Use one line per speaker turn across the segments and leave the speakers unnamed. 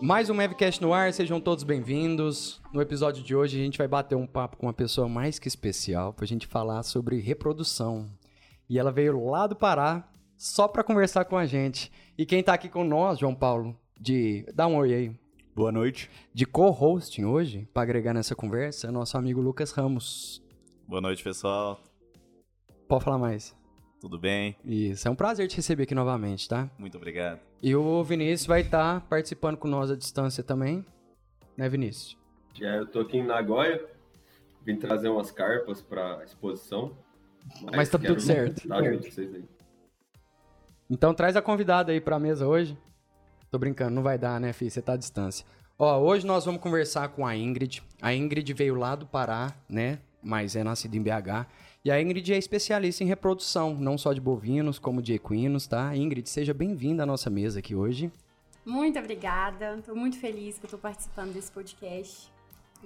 Mais um Mavcast no ar, sejam todos bem-vindos. No episódio de hoje a gente vai bater um papo com uma pessoa mais que especial pra gente falar sobre reprodução. E ela veio lá do Pará só pra conversar com a gente. E quem tá aqui com nós, João Paulo, de. Dá um oi aí.
Boa noite.
De co-hosting hoje, pra agregar nessa conversa, é nosso amigo Lucas Ramos.
Boa noite, pessoal.
Pode falar mais.
Tudo bem?
Isso, é um prazer te receber aqui novamente, tá?
Muito obrigado.
E o Vinícius vai estar participando com nós à distância também. Né, Vinícius?
Já eu tô aqui em Nagoya, vim trazer umas carpas pra exposição.
Mas tá
quero
tudo certo.
dar ajuda pra vocês aí.
Então traz a convidada aí pra mesa hoje. Tô brincando, não vai dar, né, filho? Você tá à distância. Ó, hoje nós vamos conversar com a Ingrid. A Ingrid veio lá do Pará, né? Mas é nascida em BH. E a Ingrid é especialista em reprodução, não só de bovinos, como de equinos, tá? Ingrid, seja bem-vinda à nossa mesa aqui hoje.
Muito obrigada. Estou muito feliz que eu tô participando desse podcast.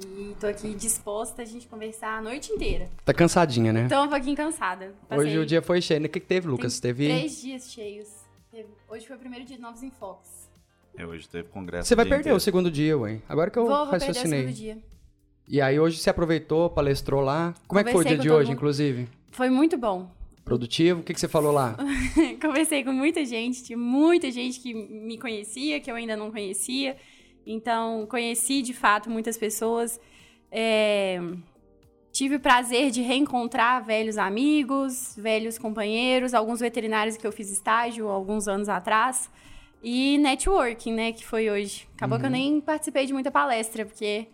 E tô aqui disposta a gente conversar a noite inteira.
Tá cansadinha, né?
Então eu um pouquinho cansada.
hoje o dia foi cheio. né? O que, que teve, Lucas? Teve.
Três dias cheios. Teve- Hoje foi o primeiro dia de novos enfoques.
É, hoje teve congresso.
Você vai
o dia
perder o
inteiro.
segundo dia, ué. Agora que eu
Vou, vou perder o
raciocinei.
segundo dia.
E aí hoje você aproveitou, palestrou lá. Como é que foi o
Conversei
dia
com
de
todo
hoje,
mundo.
inclusive?
Foi muito bom.
Produtivo? O que, que você falou lá?
Conversei com muita gente, tinha muita gente que me conhecia, que eu ainda não conhecia. Então, conheci de fato muitas pessoas. É, Tive o prazer de reencontrar velhos amigos, velhos companheiros, alguns veterinários que eu fiz estágio alguns anos atrás. E networking, né, que foi hoje. Acabou
Uhum.
que eu nem participei de muita palestra, porque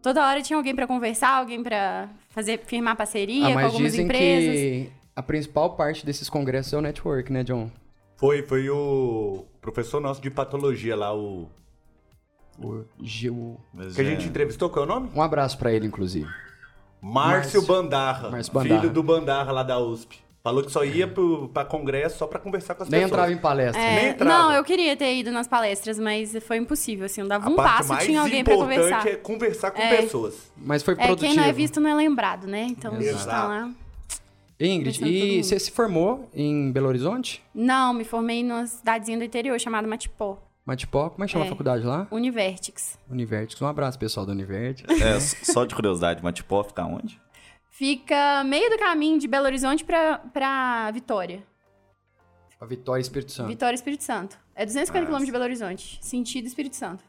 toda hora tinha alguém para conversar, alguém para fazer firmar parceria
ah,
é com
mas
algumas
dizem
empresas.
que a principal parte desses congressos é o network, né, John?
Foi, foi o professor nosso de patologia lá, o.
O Gil.
Mas
Que a
é,
gente entrevistou, qual é o nome?
Um abraço pra ele, inclusive.
Márcio, Bandarra,
Márcio Bandarra.
Filho do Bandarra lá da USP. Falou que só ia pro, pra congresso só pra conversar com as
Nem
pessoas.
entrava em palestra.
É. Nem entrava.
não, eu queria ter ido nas palestras, mas foi impossível, assim, eu dava
A
um
parte
passo,
mais
tinha alguém pra
importante
conversar.
é conversar com pessoas.
Mas foi
É,
produtivo.
quem não é visto não é lembrado, né? Então, a gente tá
Exato.
lá.
Ingrid,
Conversando todo
e
mundo.
você se formou em Belo Horizonte?
Não, me formei numa cidadezinha do interior chamada Matipó,
Matipó, como é que chama a
É.
faculdade lá?
Univertix.
Univertix. Um abraço, pessoal do Univertix.
É, s- só de curiosidade, Matipó fica onde?
Fica meio do caminho de Belo Horizonte pra, pra Vitória.
A Vitória Espírito
Ah.
Santo.
Vitória, Espírito Santo. É 250
Ah,
quilômetros de Belo Horizonte, sentido Espírito Santo.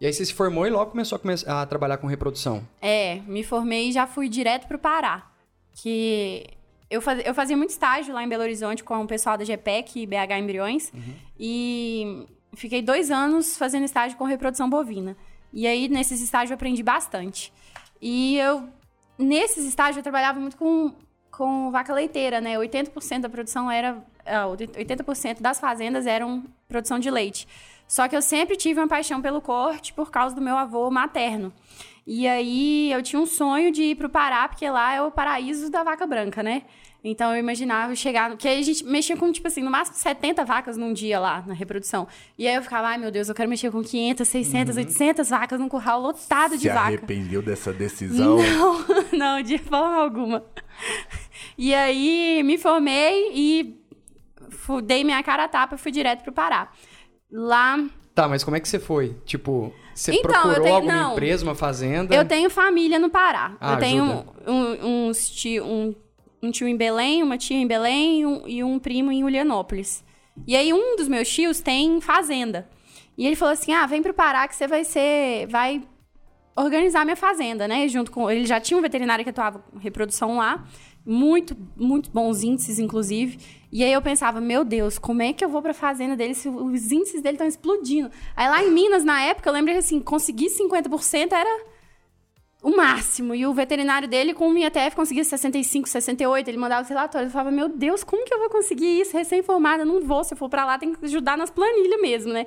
E aí você se formou e logo começou a, come- a trabalhar com reprodução.
É, me formei e já fui direto pro Pará. Que eu, faz- eu fazia muito estágio lá em Belo Horizonte com o pessoal da GPEC e BH Embriões. E fiquei dois anos fazendo estágio com reprodução bovina. E aí, nesses estágios, eu aprendi bastante. E eu, nesses estágios, eu trabalhava muito com, com vaca leiteira, né? 80% da produção era. ah, 80% das fazendas eram produção de leite. Só que eu sempre tive uma paixão pelo corte por causa do meu avô materno. E aí eu tinha um sonho de ir pro Pará, porque lá é o paraíso da vaca branca, né? Então eu imaginava eu chegar. Porque a gente mexia com, tipo assim, no máximo 70 vacas num dia lá na reprodução. E aí eu ficava, ai meu Deus, eu quero mexer com 500, 600, 800 vacas num curral lotado de vaca.
arrependeu dessa decisão?
Não, não, de forma alguma. E aí me formei e fu- dei minha cara a tapa e fui direto pro Pará. Lá
Tá, mas como é que você foi? Tipo, você
Então, eu
procurou
tenho-
alguma
não.
empresa, uma fazenda?
eu tenho família no Pará.
Ah,
eu tenho
ajuda.
um, um- uns tio- um- um tio em Belém, uma tia em Belém e um, e um primo em Ulianópolis. E aí um dos meus tios tem fazenda. E ele falou assim: "Ah, vem pro Pará que você vai ser, vai organizar minha fazenda, né? Junto com ele já tinha um veterinário que atuava com reprodução lá, muito muito bons índices inclusive. E aí eu pensava, meu Deus, como é que eu vou pra fazenda dele se os índices dele estão explodindo? Aí lá em Minas na época eu lembro que assim, conseguir 50% era o máximo. E o veterinário dele com um o IATF conseguia 65, 68, ele mandava os relatórios. Eu falava, meu Deus, como que eu vou conseguir isso? Recém-formada, não vou. Se eu for pra lá, tem que ajudar nas planilhas mesmo, né?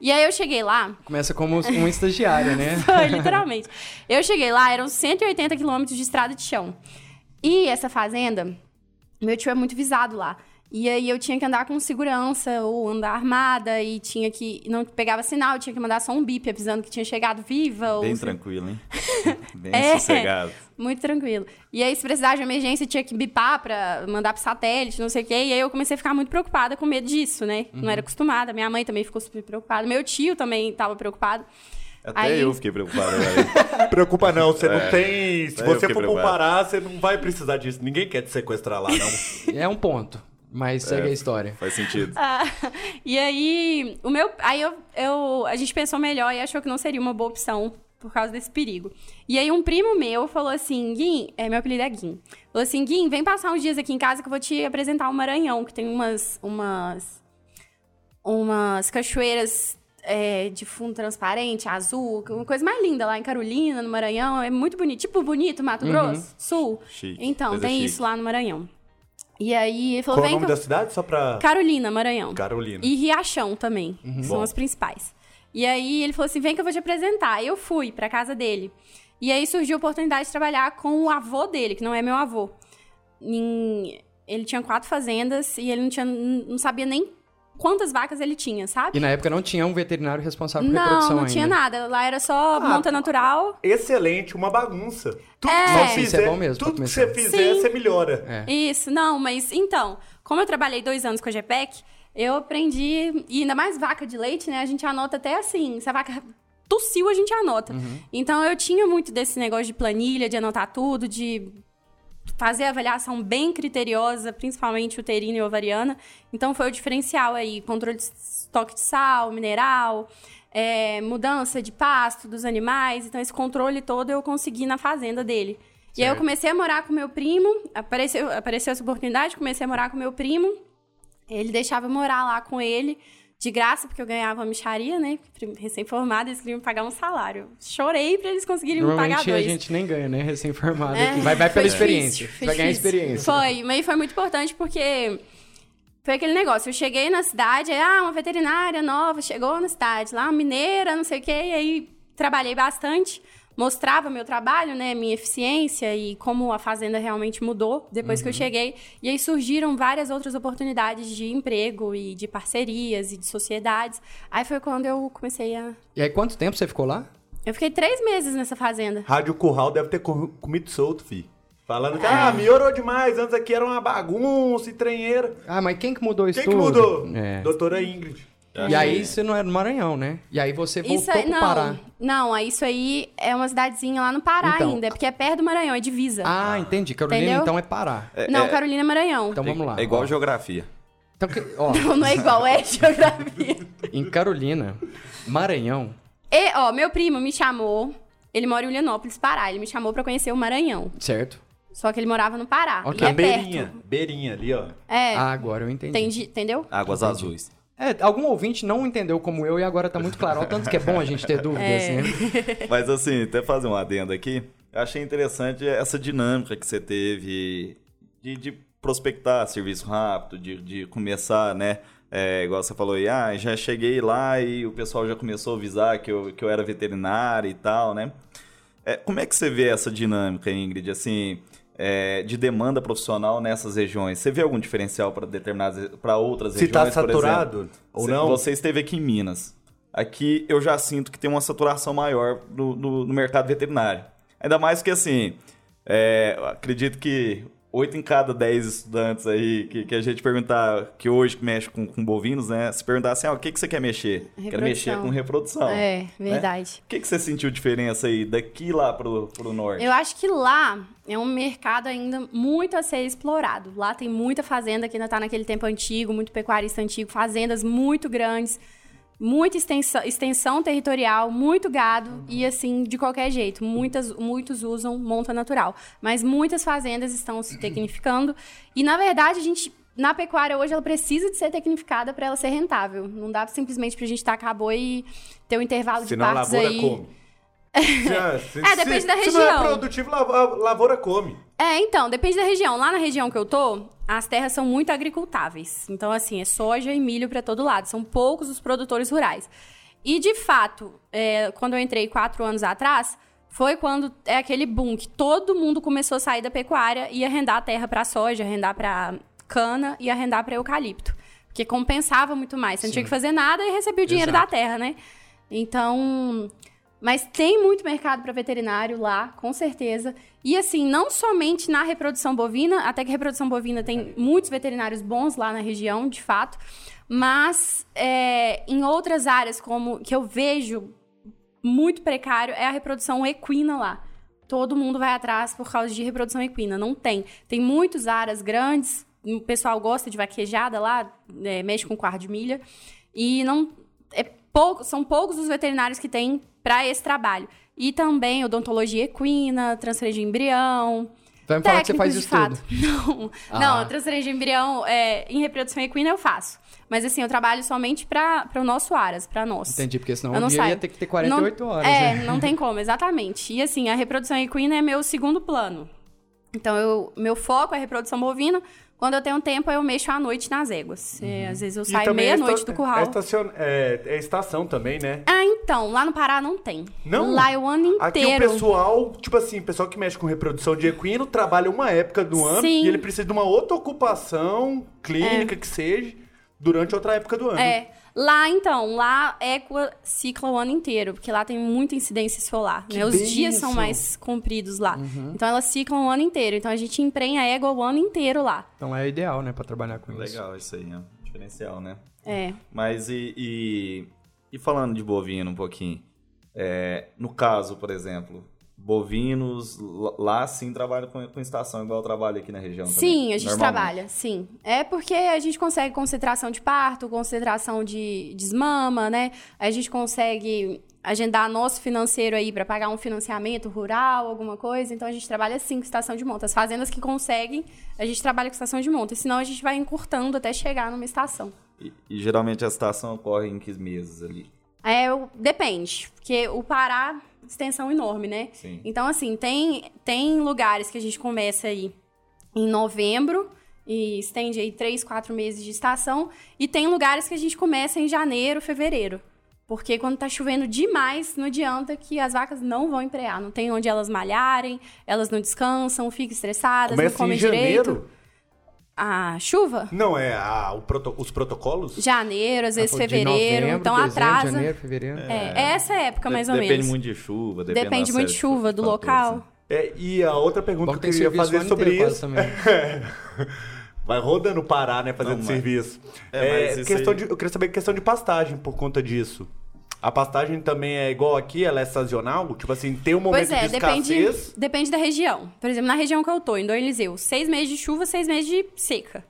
E aí eu cheguei lá,
Começa como um estagiário, né?
foi, literalmente. Eu cheguei lá, eram 180 quilômetros de estrada de chão. E essa fazenda, meu tio é muito visado lá. E aí eu tinha que andar com segurança ou andar armada e tinha que. Não pegava sinal, tinha que mandar só um bip avisando que tinha chegado viva. ou
Bem
se-
tranquilo, hein? Bem
É.
sossegado.
Muito tranquilo. E aí, se precisasse de emergência, tinha que bipar pra mandar pro satélite, não sei o quê. E aí eu comecei a ficar muito preocupada com medo disso, né? Não era acostumada. Minha mãe também ficou super preocupada. Meu tio também tava preocupado.
Até
Aí-
eu fiquei preocupado. Galera.
Preocupa não, você não tem. Se
Daí eu
você
fiquei
for pro
preocupado.
Pará, você não vai precisar disso. Ninguém quer te sequestrar lá, não.
É um ponto, mas segue a história.
Faz sentido.
Ah, e aí, o meu, aí eu, eu- a gente pensou melhor e achou que não seria uma boa opção por causa desse perigo. E aí um primo meu falou assim, Guim, é, meu apelido é Guim, falou assim, Guim, vem passar uns dias aqui em casa que eu vou te apresentar o Maranhão, que tem umas, umas, umas cachoeiras é, de fundo transparente, azul, é uma coisa mais linda lá em Carolina, no Maranhão, é muito bonito, tipo bonito, Mato Grosso, Sul.
Chique.
Então,
coisa
tem
chique.
isso lá no Maranhão. E aí ele falou,
Qual é o
vem
nome
que
da
eu...
cidade? Só pra.
Carolina, Maranhão.
Carolina.
E Riachão também, que são
né? Bom.
as principais. E aí ele falou assim: vem que eu vou te apresentar. E eu fui pra casa dele. E aí surgiu a oportunidade de trabalhar com o avô dele, que não é meu avô. Em- Ele tinha quatro fazendas e ele não, tinha, não sabia nem quantas vacas ele tinha, sabe?
E na época não tinha um veterinário responsável por
Não,
reprodução
não
ainda.
tinha nada. Lá era só
Ah,
monta natural.
Excelente, uma bagunça. Tudo
É.
que você
Nossa,
isso é
fizer,
bom mesmo, pra
tudo que
começar.
você fizer,
Sim.
você melhora.
É.
Isso, não, mas então, como eu trabalhei dois anos com a GPEC, eu aprendi, e ainda mais vaca de leite, né? A gente anota até assim, se a vaca tossiu, a gente anota. Então eu tinha muito desse negócio de planilha, de anotar tudo, de fazer a avaliação bem criteriosa, principalmente uterina e ovariana. Então foi o diferencial aí, controle de estoque de sal, mineral, é, mudança de pasto dos animais. Então esse controle todo eu consegui na fazenda dele. E aí eu
Certo.
comecei a morar com meu primo, apareceu, apareceu essa oportunidade, comecei a morar com meu primo. Ele deixava eu morar lá com ele, de graça, porque eu ganhava uma micharia, né? Prim- Recém-formada, eles queriam me pagar um salário. Chorei pra eles conseguirem me pagar
Normalmente
dois.
a gente nem ganha, né? Recém-formado.
É,
Vai, vai
foi
pela
difícil,
experiência.
foi
Você vai ganhar
difícil.
experiência.
Foi, mas foi muito importante porque foi aquele negócio. Eu cheguei na cidade, aí, ah, uma veterinária nova chegou na cidade, lá, mineira, não sei o quê, e aí trabalhei bastante. Mostrava meu trabalho, né, minha eficiência e como a fazenda realmente mudou depois
Uhum.
que eu cheguei. E aí surgiram várias outras oportunidades de emprego e de parcerias e de sociedades. Aí foi quando eu comecei a.
E aí, quanto tempo você ficou lá?
Eu fiquei três meses nessa fazenda.
Rádio Curral deve ter co- comido solto, fi. Falando
É.
que, ah, melhorou demais, antes aqui era uma bagunça e trenheira.
Ah, mas quem que mudou isso
Quem que
tudo?
mudou?
É.
Doutora Ingrid.
E aí, você não era no Maranhão, né? E aí, você voltou
Isso aí,
pro
não,
Pará.
não, aí isso aí é uma cidadezinha lá no Pará
Então.
ainda, porque é perto do Maranhão, é divisa.
Ah, entendi. Carolina,
Entendeu?
então, é Pará.
não, Carolina é Maranhão.
Então, vamos lá.
É igual
Ó.
geografia.
Então, que- ó,
Não, não é igual, é geografia.
em Carolina, Maranhão,
E, ó, meu primo me chamou, ele mora em Ulianópolis, Pará, ele me chamou pra conhecer o Maranhão.
certo?
Só que ele morava no Pará,
Ok.
e é
Na beirinha,
perto.
beirinha ali, ó.
É,
Ah, agora eu entendi.
entendi, entendeu?
Águas azuis.
É, algum ouvinte não entendeu como eu e agora tá muito claro. Ó, tanto que é bom a gente ter dúvidas, né?
Mas assim, até fazer um adendo aqui, eu achei interessante essa dinâmica que você teve de, de prospectar serviço rápido, de, de começar, né? É, igual você falou aí, ah, já cheguei lá e o pessoal já começou a avisar que eu, que eu era veterinário e tal, né? É, como é que você vê essa dinâmica, Ingrid, assim, é, de demanda profissional nessas regiões? Você vê algum diferencial para determinadas, para outras
Se tá
regiões, por exemplo?
saturado ou
Cê-
não.
Você esteve aqui em Minas. Aqui eu já sinto que tem uma saturação maior no, no- no mercado veterinário. Ainda mais que, assim, é, eu acredito que 8 em cada 10 estudantes aí que, que a gente perguntar, que hoje que mexe com, com bovinos, né? Se perguntar assim, ah, o que, que você quer mexer? Quero
Reprodução.
mexer com reprodução.
Então,
é,
né?
verdade.
O que, que você sentiu diferença aí daqui lá pro, pro norte?
Eu acho que lá é um mercado ainda muito a ser explorado. Lá tem muita fazenda que ainda tá naquele tempo antigo, muito pecuarista antigo, fazendas muito grandes, muita extensão, extensão territorial, muito gado e assim, de qualquer jeito. Muitas, muitos usam monta natural, mas muitas fazendas estão se tecnificando e na verdade a gente na pecuária hoje ela precisa de ser tecnificada para ela ser rentável. Não dá simplesmente pra gente tacar boi e ter um intervalo de
Senão a
partes
lavoura
aí.
come. Se- se-
É, depende
se-
da
Se não é
região.
produtivo, lavo- lavoura come.
É, então, depende da região. Lá na região que eu tô, as terras são muito agricultáveis. Então, assim, é soja e milho pra todo lado. São poucos os produtores rurais. E, de fato, é, quando eu entrei quatro anos atrás, foi quando é aquele boom que todo mundo começou a sair da pecuária e arrendar a terra pra soja, arrendar pra cana e arrendar para eucalipto. Porque compensava muito mais. Você não
Sim.
tinha que fazer nada e recebia o dinheiro
Exato.
da terra, né? Então. Mas tem muito mercado para veterinário lá, com certeza. E assim, não somente na reprodução bovina, até que reprodução bovina tem muitos veterinários bons lá na região, de fato, mas é, em outras áreas, como que eu vejo muito precário, é a reprodução equina lá. Todo mundo vai atrás por causa de reprodução equina, não tem. Tem muitas áreas grandes, o pessoal gosta de vaquejada lá, é, mexe com quarto de milha, e não é pouco, são poucos os veterinários que têm para esse trabalho. E também odontologia equina, transferência de embrião,
Vai me falar que você faz isso
Técnicos
tudo.
de fato. Não,
Ah.
não transferência de embrião é, em reprodução equina eu faço. Mas assim, eu trabalho somente para o nosso aras, para nós.
Entendi, porque senão
Eu
o
não
dia ia
saio.
ter que ter 48 horas,
É,
né?
não tem como, exatamente. E assim, a reprodução equina é meu segundo plano. Então, eu, meu foco é a reprodução bovina. Quando eu tenho tempo, eu mexo à noite nas éguas. É,
Uhum.
às vezes eu
E
saio
também é
meia-noite
esta-
do curral.
É, estacion- é- é estação também, né?
Ah, então, lá no Pará não tem.
Não?
Lá é o ano inteiro.
Aqui o pessoal, tipo assim, o pessoal que mexe com reprodução de equino trabalha uma época do ano
Sim.
e ele precisa de uma outra ocupação, clínica que seja, durante outra época do ano.
É. Lá, então, lá Equa cicla o ano inteiro, porque lá tem muita incidência solar.
Que
né? Os dias
benção.
são mais compridos lá.
Uhum.
Então elas ciclam o ano inteiro. Então a gente emprenha a égua o ano inteiro lá.
Então é ideal, né, pra trabalhar com isso.
Legal isso aí, é um diferencial, né?
É.
Mas e, e, e falando de bovino um pouquinho, é, no caso, por exemplo, bovinos lá- lá sim trabalham com, com estação, igual eu trabalho aqui na região
Sim,
também,
a gente
normalmente.
trabalha, sim. É porque a gente consegue concentração de parto, concentração de desmama, né? A gente consegue agendar nosso financeiro aí para pagar um financiamento rural, alguma coisa. Então a gente trabalha sim com estação de monta. As fazendas que conseguem, a gente trabalha com estação de monta. Senão a gente vai encurtando até chegar numa estação.
E, e geralmente a estação ocorre em que meses ali?
É, eu- depende, porque o Pará, extensão enorme, né?
Sim.
Então, assim, tem, tem lugares que a gente começa aí em novembro e estende aí três, quatro meses de estação. E tem lugares que a gente começa em janeiro, fevereiro. Porque quando tá chovendo demais, não adianta que as vacas não vão emprear. Não tem onde elas malharem, elas não descansam, ficam estressadas, não
Começa
comem
em janeiro.
direito. A chuva?
Não, é a- o proto- os protocolos?
Janeiro, às vezes
Ah, foi de
fevereiro,
novembro,
então
dezembro,
atrasa.
Janeiro, fevereiro.
É, é essa época, mais
De-
ou
depende
menos.
muito de chuva, depende
Depende
da
muito
série
de chuva, do
fatores,
local.
né?
É, e a outra pergunta
Bom,
que
tem
eu queria
serviço o
fazer
ano
sobre
inteiro quase
isso.
também.
Vai rodando o Pará, né, fazendo
Não, mas-
serviço.
É,
É,
mas isso
questão
aí-
de, eu queria saber questão de pastagem por conta disso. A pastagem também é igual aqui, ela é sazonal? Tipo assim, tem um momento
Pois é,
de
depende,
escassez.
depende da região. Por exemplo, na região que eu tô, em Dom Eliseu, seis meses de chuva, seis meses de seca.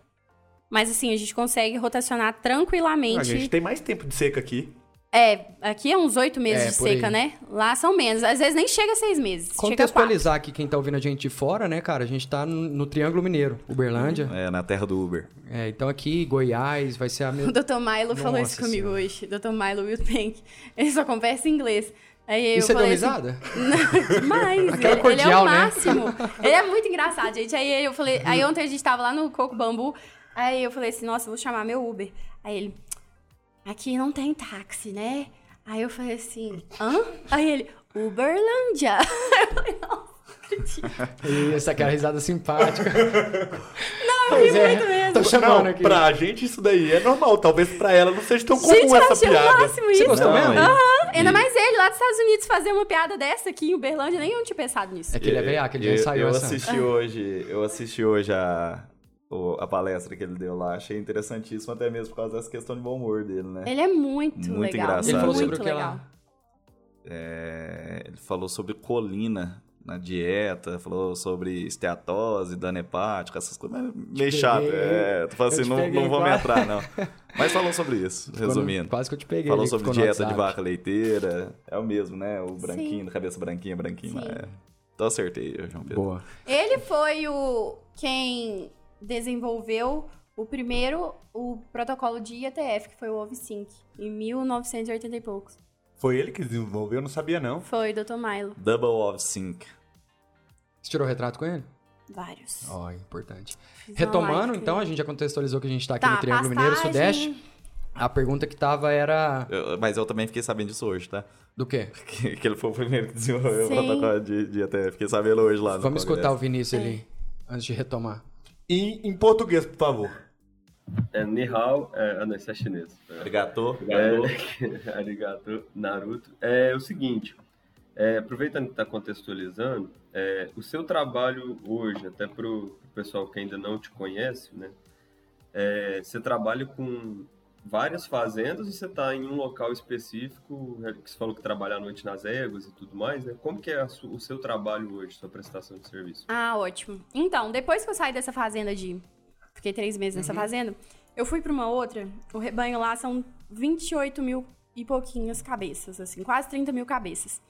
Mas assim, a gente consegue rotacionar
Ah,
tranquilamente.
A gente tem mais tempo de seca aqui.
É, aqui é uns oito meses
É,
de
por aí.
seca, né? Lá são menos. Às vezes nem chega a seis meses. Chega a quatro.
Contextualizar aqui quem tá ouvindo a gente de fora, né, cara? A gente tá no, no Triângulo Mineiro, Uberlândia.
É, na terra do Uber.
É, então aqui, Goiás, vai ser a
O
mesma.
Dr. Milo falou
Nossa
isso comigo
Senhora.
hoje. Dr. Milo Wilbank. Ele só conversa em inglês. Aí eu
E você é deu
falei assim,
risada?
Não, demais.
Aquela
ele, ele é
cordial,
o
né?
máximo. Ele é muito engraçado, gente. Aí eu falei, aí ontem a gente tava lá no Coco Bambu. Aí eu falei assim, nossa, eu vou chamar meu Uber. Aí ele, aqui não tem táxi, né? Aí eu falei assim, hã? Aí ele, Uberlândia. Aí eu falei, nossa, não acredito.
Isso, aquela risada simpática.
assim.
é.
Eu ri muito mesmo.
Tô chamando
não,
Tá aqui.
pra gente isso daí é normal. Talvez pra ela não seja tão
Gente,
comum
eu
essa
achei o
piada.
máximo isso.
gostou mesmo?
e-
Aham. Ainda
e-
mais ele, lá dos Estados Unidos, fazer uma piada dessa aqui em Uberlândia, nem eu tinha pensado nisso.
É que ele é veio, que ele já
eu,
ensaiou
eu
essa.
assisti hoje, eu assisti hoje a, o- a palestra que ele deu lá, achei interessantíssimo até mesmo por causa dessa questão de bom humor dele, né?
Ele é muito,
Muito
legal.
engraçado.
Ele falou
muito
sobre o que
legal.
ela.
É, ele falou sobre colina na dieta, falou sobre esteatose, dano hepático, essas coisas. mas Meio chato.
peguei,
É, tu fala
eu
assim,
te
não,
peguei,
não vou me
claro.
entrar, não. Mas falou sobre isso, resumindo.
Quase que eu te peguei.
Falou
ali, que
sobre
ficou no
dieta de
WhatsApp.
vaca leiteira. É o mesmo, né? O branquinho, cabeça branquinha, branquinho.
Sim.
É. Então acertei, João Pedro.
Boa.
Ele foi o quem desenvolveu o primeiro o protocolo de IATF, que foi o OVSync, em 1980 e poucos.
Foi ele que desenvolveu, eu não sabia não.
Foi Dr. Milo.
Double of sync.
Você tirou o retrato com ele?
Vários.
Ó, importante.
Fiz uma
Retomando,
live com
então,
ele.
a gente já contextualizou que a gente tá aqui
Tá,
no Triângulo
pastagem.
Mineiro, Sudeste. A pergunta que tava era.
Eu- mas eu também fiquei sabendo disso hoje, tá?
Do quê?
Que, que ele foi o primeiro que desenvolveu o
Sim.
protocolo de, de até. Fiquei sabendo hoje lá no
Vamos escutar o
congresso.
Vinícius ali, antes de retomar.
E em português, por favor.
É Nihao, é, ah, não, isso é chinês. É,
Arigatô.
é, arigato, Naruto. É o seguinte, é, aproveitando que está contextualizando, é, o seu trabalho hoje, até para o pessoal que ainda não te conhece, né? é, você trabalha com várias fazendas ou você está em um local específico, né, que você falou que trabalha à noite nas éguas e tudo mais, né? Como que é a su- o seu trabalho hoje, sua prestação de serviço?
Ah, ótimo. Então, depois que eu saí dessa fazenda de. Fiquei três meses nessa fazenda, eu fui pra uma outra. O rebanho lá são 28 mil e pouquinhas cabeças, assim, quase 30 mil cabeças.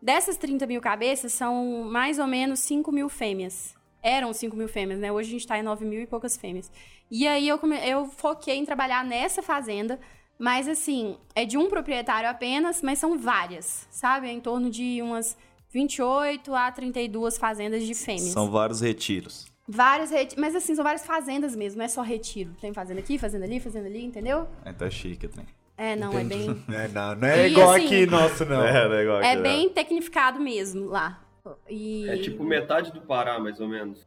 Dessas 30 mil cabeças, são mais ou menos 5 mil fêmeas. Eram 5 mil fêmeas, né? Hoje a gente tá em 9 mil e poucas fêmeas. E aí eu, come- eu foquei em trabalhar nessa fazenda, mas assim, é de um proprietário apenas, mas são várias, sabe? É em torno de umas 28 a 32 fazendas de fêmeas.
São vários retiros.
Várias retiros. Mas assim, são várias fazendas mesmo, não é só retiro. Tem fazenda aqui, fazenda ali, fazenda ali, entendeu?
Então é chique, tem.
É, não, é bem.
É, não, não é
E,
igual
assim,
aqui nosso, não.
É, legal.
É bem tecnificado mesmo lá. E...
É tipo metade do Pará, mais ou menos.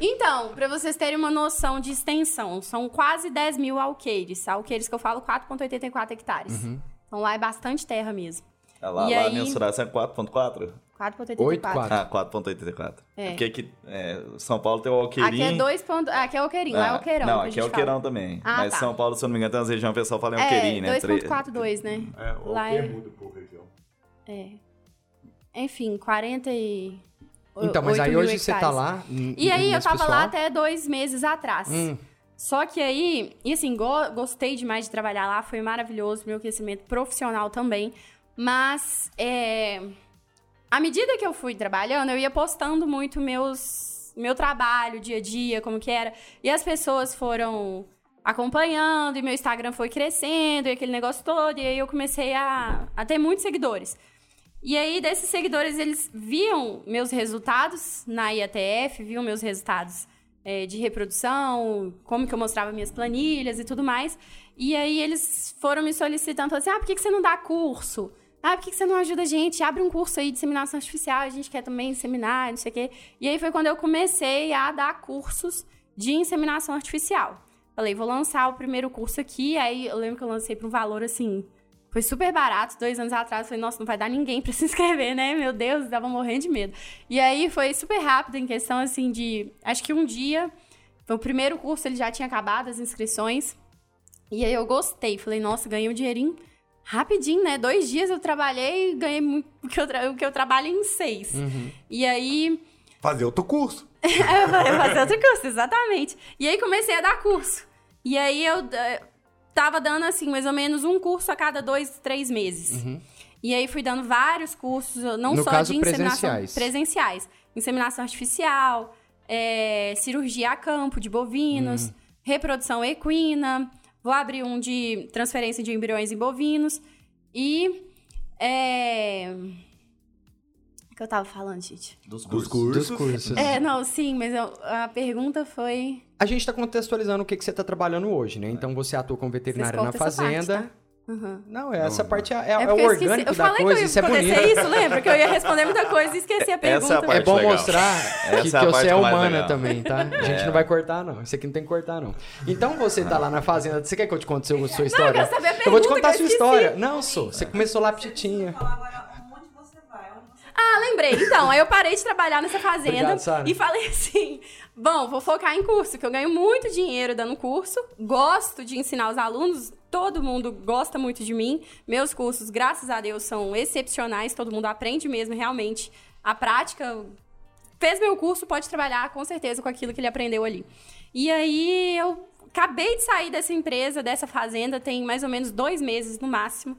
Então, pra vocês terem uma noção de extensão, são quase 10 mil alqueires. Alqueires que eu falo 4,84 hectares.
Uhum.
Então lá é bastante terra mesmo.
Olha lá,
E
lá
aí-
a mensuração é 4.4?
4,84.
8,4.
Ah, 4.84.
É.
Porque aqui, é, São Paulo tem o
Aqui
Alqueirinho.
é 2. Ponto... Aqui é alqueirinho, lá é
Ah,
alqueirão.
Não,
que a
aqui é
gente
Alqueirão
fala.
também.
Ah,
Mas
tá.
São Paulo, se eu não me engano, tem umas regiões, o pessoal fala em
É,
Alqueirinho, né?
2,42, né?
É, o
Lá
que
é-
muda por região.
É. Enfim, 40 e.
Então, mas
oito
aí
mil
hoje você tá
hectares.
lá. n-
E aí, eu
nesse
tava lá
pessoal.
até dois meses atrás.
Hum,
Só que aí, e assim, go- gostei demais de trabalhar lá, foi maravilhoso, meu crescimento profissional também. Mas, é, à medida que eu fui trabalhando, eu ia postando muito meus, meu trabalho, dia a dia, como que era. E as pessoas foram acompanhando, e meu Instagram foi crescendo, e aquele negócio todo. E aí eu comecei a, a ter muitos seguidores. E aí, desses seguidores, eles viam meus resultados na IATF, viam meus resultados é, de reprodução, como que eu mostrava minhas planilhas e tudo mais. E aí eles foram me solicitando, falando assim, ah, por que, que você não dá curso? Ah, por que, que você não ajuda a gente? Abre um curso aí de inseminação artificial, a gente quer também inseminar, não sei o quê. E aí foi quando eu comecei a dar cursos de inseminação artificial. Falei, vou lançar o primeiro curso aqui, aí eu lembro que eu lancei para um valor assim... Foi super barato, dois anos atrás. eu Falei, nossa, não vai dar ninguém pra se inscrever, né? Meu Deus, eu tava morrendo de medo. E aí foi super rápido, em questão assim de. Acho que um dia. Foi o primeiro curso, ele já tinha acabado as inscrições. E aí eu gostei. Falei, nossa, ganhei um dinheirinho rapidinho, né? Dois dias eu trabalhei e ganhei muito, o, que eu tra- o que eu trabalho em seis. E aí.
Fazer outro curso.
Aí eu falei, fazer outro curso, exatamente. E aí comecei a dar curso. E aí eu eh, tava dando, assim, mais ou menos um curso a cada dois, três meses.
uhum.
E aí fui dando vários cursos, não
No
só
caso,
de inseminação...
presenciais.
presenciais. Inseminação artificial, eh, cirurgia a campo de bovinos,
Hum.
reprodução equina. Vou abrir um de transferência de embriões em bovinos. E... eh, O que eu tava falando, gente?
Dos
Dos
cursos.
cursos.
dos cursos.
É, não, sim, mas eu- a pergunta foi.
A gente tá contextualizando o que, que você tá trabalhando hoje, né? Então você atua como
Vocês
veterinário na
cortam essa parte,
fazenda.
tá? Uhum.
Não, é, essa parte é, é,
É
é o
porque eu esqueci.
orgânico
eu
da
falei
coisa,
que
isso é
eu ia acontecer
bonito.
isso, lembra? Que eu ia responder muita coisa e esqueci a pergunta.
essa é a
É
parte.
bom
legal.
mostrar que,
Essa é a
que
parte
você é
que mais
humana
legal. É.
também, tá? A gente não vai cortar, não. Isso aqui não tem que cortar, não. Então você tá lá na fazenda. Você quer que eu te conte seu- sua história?
quero saber a
eu vou te
pergunta
contar a
que
sua
eu esqueci.
história. Não, sou. Você começou lá petitinha.
falar agora onde você vai, onde você
Ah, lembrei. Então, aí eu parei de trabalhar nessa fazenda
Obrigado, Sara.
e falei assim: bom, vou focar em curso, que eu ganho muito dinheiro dando curso, gosto de ensinar os alunos, todo mundo gosta muito de mim. Meus cursos, graças a Deus, são excepcionais, todo mundo aprende mesmo, realmente. A prática, fez meu curso, pode trabalhar com certeza com aquilo que ele aprendeu ali. E aí eu acabei de sair dessa empresa, dessa fazenda, tem mais ou menos dois meses no máximo,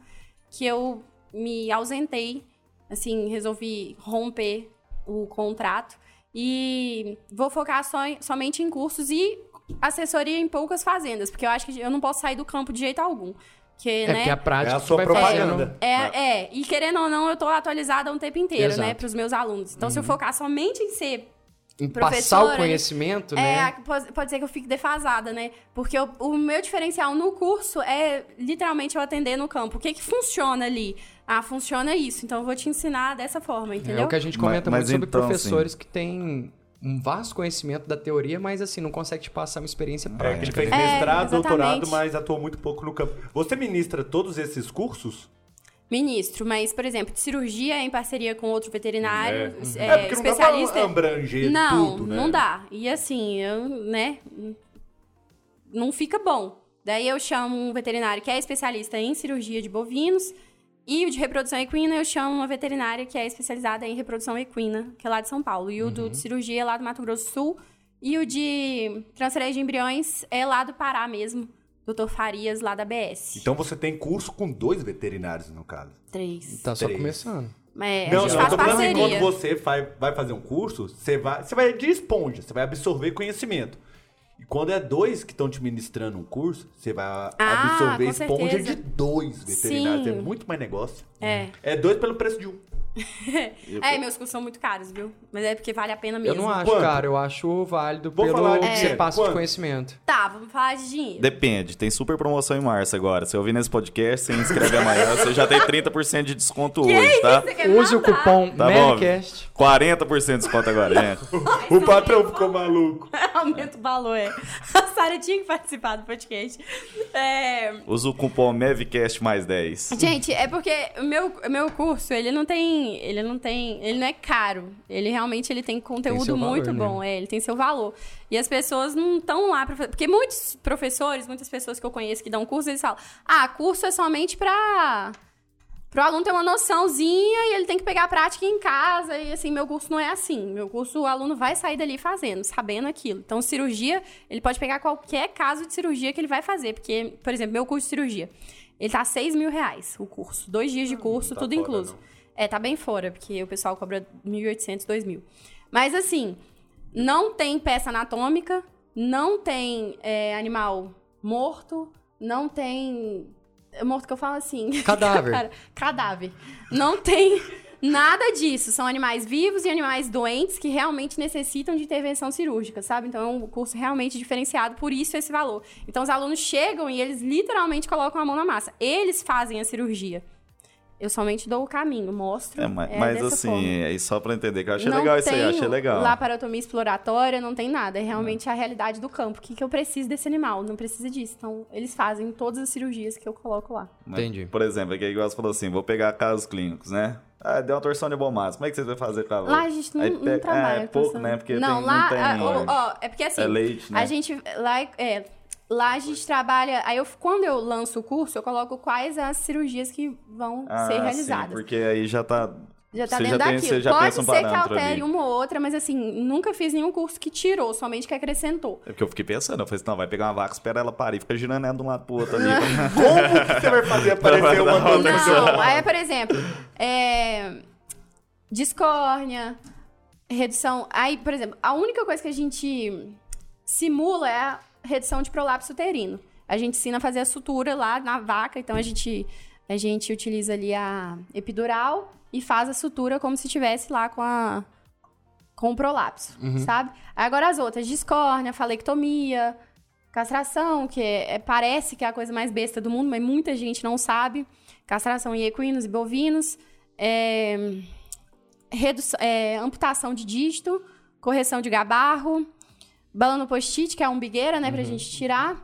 que eu me ausentei, assim, resolvi romper o contrato e vou focar só em- somente em cursos e assessoria em poucas fazendas, porque eu acho que eu não posso sair do campo de jeito algum. Porque,
É
né?
porque a prática
É a
que
sua
vai
propaganda.
fazendo.
É, é, e querendo ou não, eu tô atualizada o tempo inteiro,
Exato. Uhum.
né, pros meus alunos. Então, se eu focar somente em ser
Em passar
Professora, né?
o conhecimento,
é,
né?
a- pode, pode ser que eu fique defasada, né? Porque eu- o meu diferencial no curso é literalmente eu atender no campo. O que que funciona ali? Ah, funciona isso. Então eu vou te ensinar dessa forma,
É
entendeu?
o que a gente
Mas-
comenta
mas
muito sobre
então,
professores que têm um vasto conhecimento da teoria, mas assim, não consegue te passar uma experiência
É, que ele
prática.
fez
né?
mestrado,
exatamente.
doutorado, mas atuou muito pouco no campo. Você ministra todos esses cursos?
Ministro, mas, por exemplo, de cirurgia em parceria com outro veterinário, é,
porque não dá pra
especialista.
abranger
não,
tudo, né?
não dá. E assim, eu, né? Não fica bom. Daí eu chamo um veterinário que é especialista em cirurgia de bovinos e o de reprodução equina eu chamo uma veterinária que é especializada em reprodução equina, que é lá de São Paulo. E o
Uhum.
do de cirurgia é lá do Mato Grosso do Sul e o de transferência de embriões é lá do Pará mesmo, Dr. Farias lá da BS.
Então você tem curso com dois veterinários, no caso.
Três.
Tá só
Três.
começando.
Mas
não,
É, a gente
não, eu
faz
tô falando
parceria.
assim, quando você vai, vai fazer um curso, você vai, você vai de esponja, você vai absorver conhecimento. E quando é dois que estão te ministrando um curso, você vai
Ah,
absorver
com
esponja
certeza.
de dois veterinários.
Sim.
É muito mais negócio.
É.
É dois pelo preço de um.
É, meus cursos são muito caros, viu? Mas é porque vale a pena
Eu
mesmo.
não acho,
Quanto?
cara. Eu acho válido
Vou
pelo
falar de
que você
É.
dinheiro.
passa
Quanto?
de conhecimento.
Tá, vamos falar de dinheiro.
Depende, tem super promoção em março agora. Se eu ouvir nesse podcast, se inscreve amanhã, você já tem 30% de desconto hoje, tá?
Você quer me
Use o
matar?
cupom
Tá bom.
MERCAST.
40% de desconto agora, né? gente.
é
O patrão ficou maluco.
Aumenta o valor, é. A Sara tinha que participar do podcast. É,
Usa o cupom MEVCAST mais 10.
Gente, é porque o meu, o meu curso, ele não tem. Ele não tem. Ele não é caro. Ele realmente ele tem conteúdo
seu valor,
muito
né?
bom. É, ele tem seu valor. E as pessoas não estão lá pra fazer. Porque muitos professores, muitas pessoas que eu conheço que dão curso, eles falam: ah, curso é somente pra. Pro aluno ter uma noçãozinha e ele tem que pegar a prática em casa. E assim, meu curso não é assim. Meu curso, o aluno vai sair dali fazendo, sabendo aquilo. Então, cirurgia, ele pode pegar qualquer caso de cirurgia que ele vai fazer. Porque, por exemplo, meu curso de cirurgia, ele tá 6 mil reais o curso. Dois dias de curso,
tá
tudo
fora,
incluso.
não.
É, tá bem fora, porque o pessoal cobra 1.800, 2.000. Mas assim, não tem peça anatômica, não tem é, animal morto, não tem. é Morto que eu falo assim.
Cadáver.
Cara, cadáver. Não tem nada disso. São animais vivos e animais doentes que realmente necessitam de intervenção cirúrgica, sabe? Então é um curso realmente diferenciado, por isso esse valor. Então os alunos chegam e eles literalmente colocam a mão na massa. Eles fazem a cirurgia. Eu somente dou o caminho, mostro.
É, mas
é,
mas
dessa
assim,
forma.
é só pra entender, que eu achei
Não
legal isso aí,
tenho
achei legal.
Laparotomia exploratória, não tem nada. É realmente a realidade do campo. O que, que eu preciso desse animal? Não precisa disso. Então, eles fazem todas as cirurgias que eu coloco lá.
Mas,
Entendi.
Né? Por exemplo, aqui igual você falou assim, vou pegar casos clínicos, né? Ah, deu uma torção de bombaça. Como é que vocês vão fazer com a
Lá a gente não,
Aí
não
pega-
trabalha.
É, é
com
pouco,
essa-
né? Porque
não,
tem,
lá.
não tem...
ah, ó, ó, é porque assim.
é leite, né?
A gente. Lá, é, lá a gente trabalha. Aí eu, quando eu lanço o curso, eu coloco quais as cirurgias que vão
Ah,
ser
sim,
realizadas.
porque aí já tá...
Já tá
Você
dentro
já tem-
daquilo.
você já
Pode
pensa um
ser que
parâmetro
altere
ali.
uma ou outra, mas assim, nunca fiz nenhum curso que tirou, somente que acrescentou.
É porque eu fiquei pensando, eu falei assim, não, vai pegar uma vaca, espera ela parir, fica girando ela de um lado pro outro ali.
Como que você vai fazer aparecer uma
Não,
dor?
Não, aí, por exemplo, é, discórnia, redução. Aí, por exemplo, a única coisa que a gente simula é a redução de prolapso uterino. A gente ensina a fazer a sutura lá na vaca, então a gente, a gente utiliza ali a epidural e faz a sutura como se tivesse lá com a. Com o prolapso, sabe? Agora as outras, discórnia, falectomia, castração, que é- é- parece que é a coisa mais besta do mundo, mas muita gente não sabe. Castração em equinos e bovinos, é, redução- é, amputação de dígito, correção de gabarro, balanopostite, que é a umbigueira, né,
Uhum.
pra gente tirar.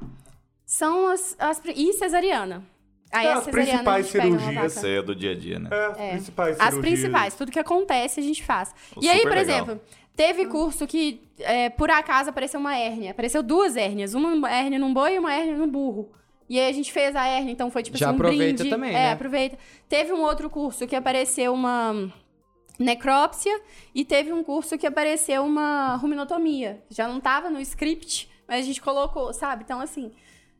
São as, as pri- e cesariana. Aí
As
a cesariana
principais
a gente pega uma
cirurgias,
vaca.
Isso aí é do dia a dia, né?
É, as principais
As
cirurgias.
principais, tudo que acontece a gente faz.
Pô,
e aí,
super
por
legal.
exemplo, teve curso que, é, por acaso, apareceu uma hérnia. Apareceu duas hérnias. Uma hérnia num boi e uma hérnia num burro. E aí a gente fez a hérnia, então foi tipo
Já
assim, um
aproveita
brinde.
também,
é,
né?
aproveita. Teve um outro curso que apareceu uma necrópsia e teve um curso que apareceu uma ruminotomia. Já não tava no script, mas a gente colocou, sabe? Então, assim,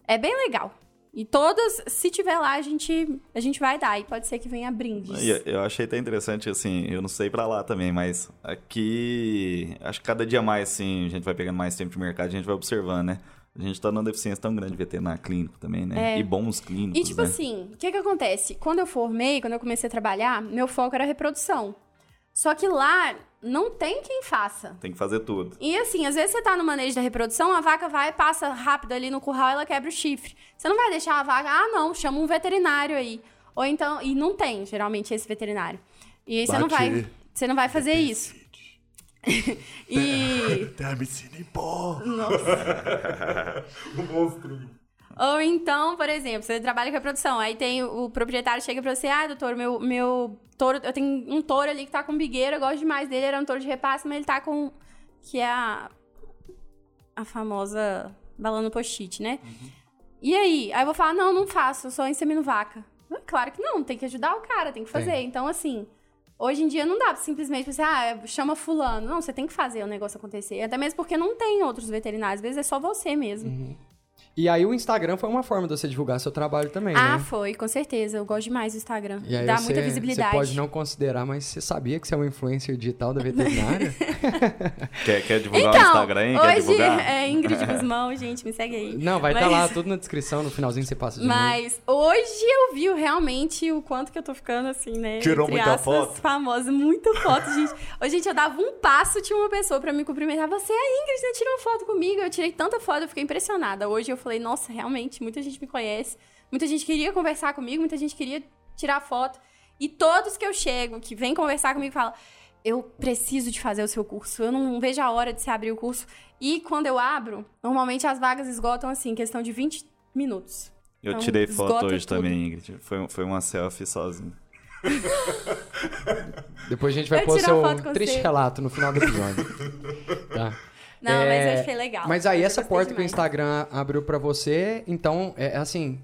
é bem legal. E todas, se tiver lá, a gente, a gente vai dar. E pode ser que venha brindes.
E Eu achei até interessante, assim, eu não sei pra lá também, mas aqui. Acho que cada dia mais, assim, a gente vai pegando mais tempo de mercado, a gente vai observando, né? A gente tá numa deficiência tão grande de veterinário clínico também, né? E bons clínicos.
É. E tipo
né?
assim, o que que acontece? Quando eu formei, quando eu comecei a trabalhar, meu foco era reprodução. Só que lá não tem quem faça.
Tem que fazer tudo.
E assim, às vezes você tá no manejo da reprodução, a vaca vai, passa rápido ali no curral, ela quebra o chifre. Você não vai deixar a vaca, ah, não, chama um veterinário aí. Ou então, e não tem geralmente esse veterinário. E aí você não
Bate.
vai, você não vai fazer isso. E.
Termicina em pó.
Nossa.
O monstro.
Ou então, por exemplo, você trabalha com a produção, aí tem o o proprietário chega pra você, ah, doutor, meu, meu touro, eu tenho um touro ali que tá com bigueira, eu gosto demais dele, era um touro de repasse, mas ele tá com. que é a. a famosa balando post-it, né? E aí? Aí eu vou falar, não, não faço, eu só insemino vaca. Não, Ah, Claro que não, tem que ajudar o cara, tem que fazer.
Tem.
Então, assim, hoje em dia não dá simplesmente pra você, ah, chama fulano. Não, você tem que fazer o negócio acontecer. Até mesmo porque não tem outros veterinários, às vezes é só você mesmo.
E aí o Instagram foi uma forma de você divulgar seu trabalho também,
Ah,
né?
foi, com certeza. Eu gosto demais do Instagram.
E aí
Dá
você,
muita visibilidade.
Você pode não considerar, mas você sabia que você é um influencer digital da veterinária?
Quer, quer divulgar o
Então,
Instagram, hein? Quer
hoje
divulgar?
é Ingrid Guzmão, gente, me segue aí.
Não, vai estar
Mas-
lá, tudo na descrição, no finalzinho você passa de novo.
Mas hoje eu vi realmente o quanto que eu tô ficando assim, né?
Tirou
entre
muita
aspas,
foto?
Famosa, muita foto, gente. Hoje, gente, eu dava um passo, tinha uma pessoa pra me cumprimentar. Você é a Ingrid, né? Tirou uma foto comigo. Eu tirei tanta foto, eu fiquei impressionada. Hoje eu falei, nossa, realmente, muita gente me conhece. Muita gente queria conversar comigo, muita gente queria tirar foto. E todos que eu chego, que vem conversar comigo, falam... Eu preciso de fazer o seu curso. Eu não vejo a hora de se abrir o curso. E quando eu abro, normalmente as vagas esgotam assim, em questão de 20 minutos.
Eu
Então,
tirei foto
esgota
hoje
tudo.
também, Ingrid. Foi, foi uma selfie sozinho.
Depois a gente vai
Eu
pôr
tiro
seu
uma foto com
triste
você.
relato no final do episódio. tá.
Não,
É,
mas eu achei legal.
Mas aí
Tá. Eu
essa
gostei
porta que o
demais.
Instagram abriu pra você, então é é assim.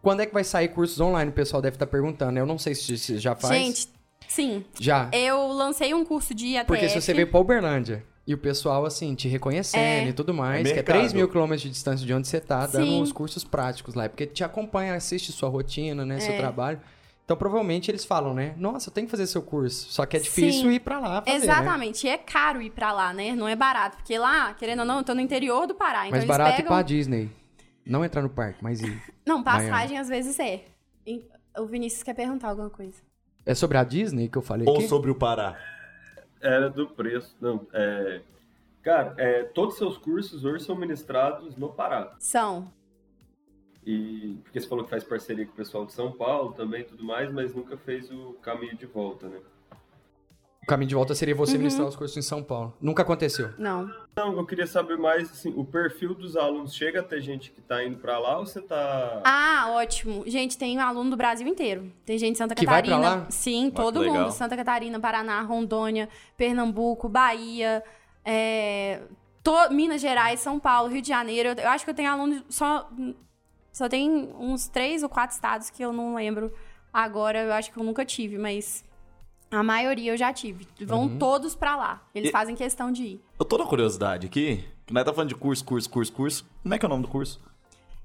Quando é que vai sair cursos online? O pessoal deve estar perguntando. Eu não sei se se já faz.
Gente, sim.
já.
Eu lancei um curso de ATF.
Porque se você veio pra Uberlândia e o pessoal, assim, te reconhecendo
É.
e tudo mais,
É
que é
mercado.
3 mil quilômetros de distância de onde você tá, dando
Sim.
uns cursos práticos lá. Porque te acompanha, assiste sua rotina, né?
É.
Seu trabalho. Então, provavelmente, eles falam, né? Nossa, eu tenho que fazer seu curso. Só que é difícil
Sim.
ir pra lá fazer, né?
Exatamente. E é caro ir pra lá, né? Não é barato. Porque lá, querendo ou não, eu tô no interior do Pará. Então
Mas
eles
barato ir
pegam...
pra Disney. Não entrar no parque, mas ir.
Não,
Miami.
passagem às vezes é. E O Vinícius quer perguntar alguma coisa.
É sobre a Disney que eu falei
Ou
aqui?
sobre o Pará.
Era do preço. Não, é... Cara, é, todos os seus cursos hoje são ministrados no Pará.
São.
E porque você falou que faz parceria com o pessoal de São Paulo também e tudo mais, mas nunca fez o caminho de volta, né?
O caminho de volta seria
Uhum.
você ministrar os cursos em São Paulo. Nunca aconteceu.
Não.
Não, eu queria saber mais, assim, o perfil dos alunos. Chega a ter gente que tá indo pra lá ou você tá...
Ah, ótimo. Gente, tem aluno do Brasil inteiro. Tem gente de Santa
Que vai pra
Catarina.
lá?
Sim,
Ah, que
todo
legal.
mundo. Santa Catarina, Paraná, Rondônia, Pernambuco, Bahia, é, to- Minas Gerais, São Paulo, Rio de Janeiro. Eu, eu acho que eu tenho aluno de- só. Só tem uns três ou quatro estados que eu não lembro agora. Eu acho que eu nunca tive, mas a maioria eu já tive. Vão
Uhum.
todos pra lá. Eles
E-
fazem questão de ir.
Eu tô na curiosidade aqui, que nós tá falando de curso, curso, curso, curso. Como é que é o nome do curso?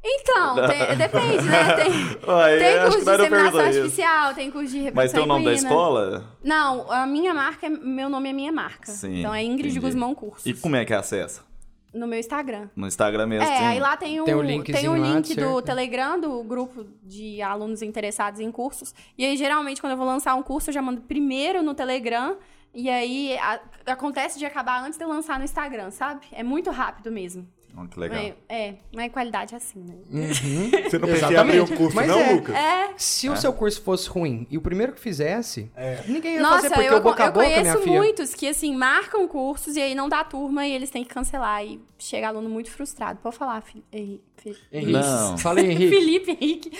Então, tem- depende, né? Tem,
Ué,
tem
acho
curso
que nós
de
não
inseminação
perguntou isso.
artificial, tem curso de reprodução
Mas tem o nome da
equina.
escola?
Não, a minha marca, é- meu nome é minha marca.
Sim,
então é Ingrid
entendi.
Guzmão Cursos.
E como é que acessa?
No meu Instagram.
No Instagram mesmo.
É,
tem.
aí lá tem um,
Tem
tem
o
um,
linkzinho lá,
link do
certo.
Telegram, do grupo de alunos interessados em cursos. E aí, geralmente, quando eu vou lançar um curso, eu já mando primeiro no Telegram. E aí, a- acontece de acabar antes de eu lançar no Instagram, sabe? É muito rápido mesmo.
Olha que legal.
É, é, mas qualidade é assim, né?
Você não pensa em
Exatamente.
abrir o curso,
Mas
não,
é.
Lucas?
Uhum. Se o seu curso fosse ruim e o primeiro que fizesse,
É.
ninguém ia
Nossa,
fazer porque
eu,
o boca a
eu
boca,
conheço
minha filha.
muitos que, assim, marcam cursos e aí não dá turma e eles têm que cancelar e chega aluno muito frustrado. Pode falar, Fi- Henri- Fi-
Henrique.
Não.
Fala aí, Henrique.
Felipe Henrique.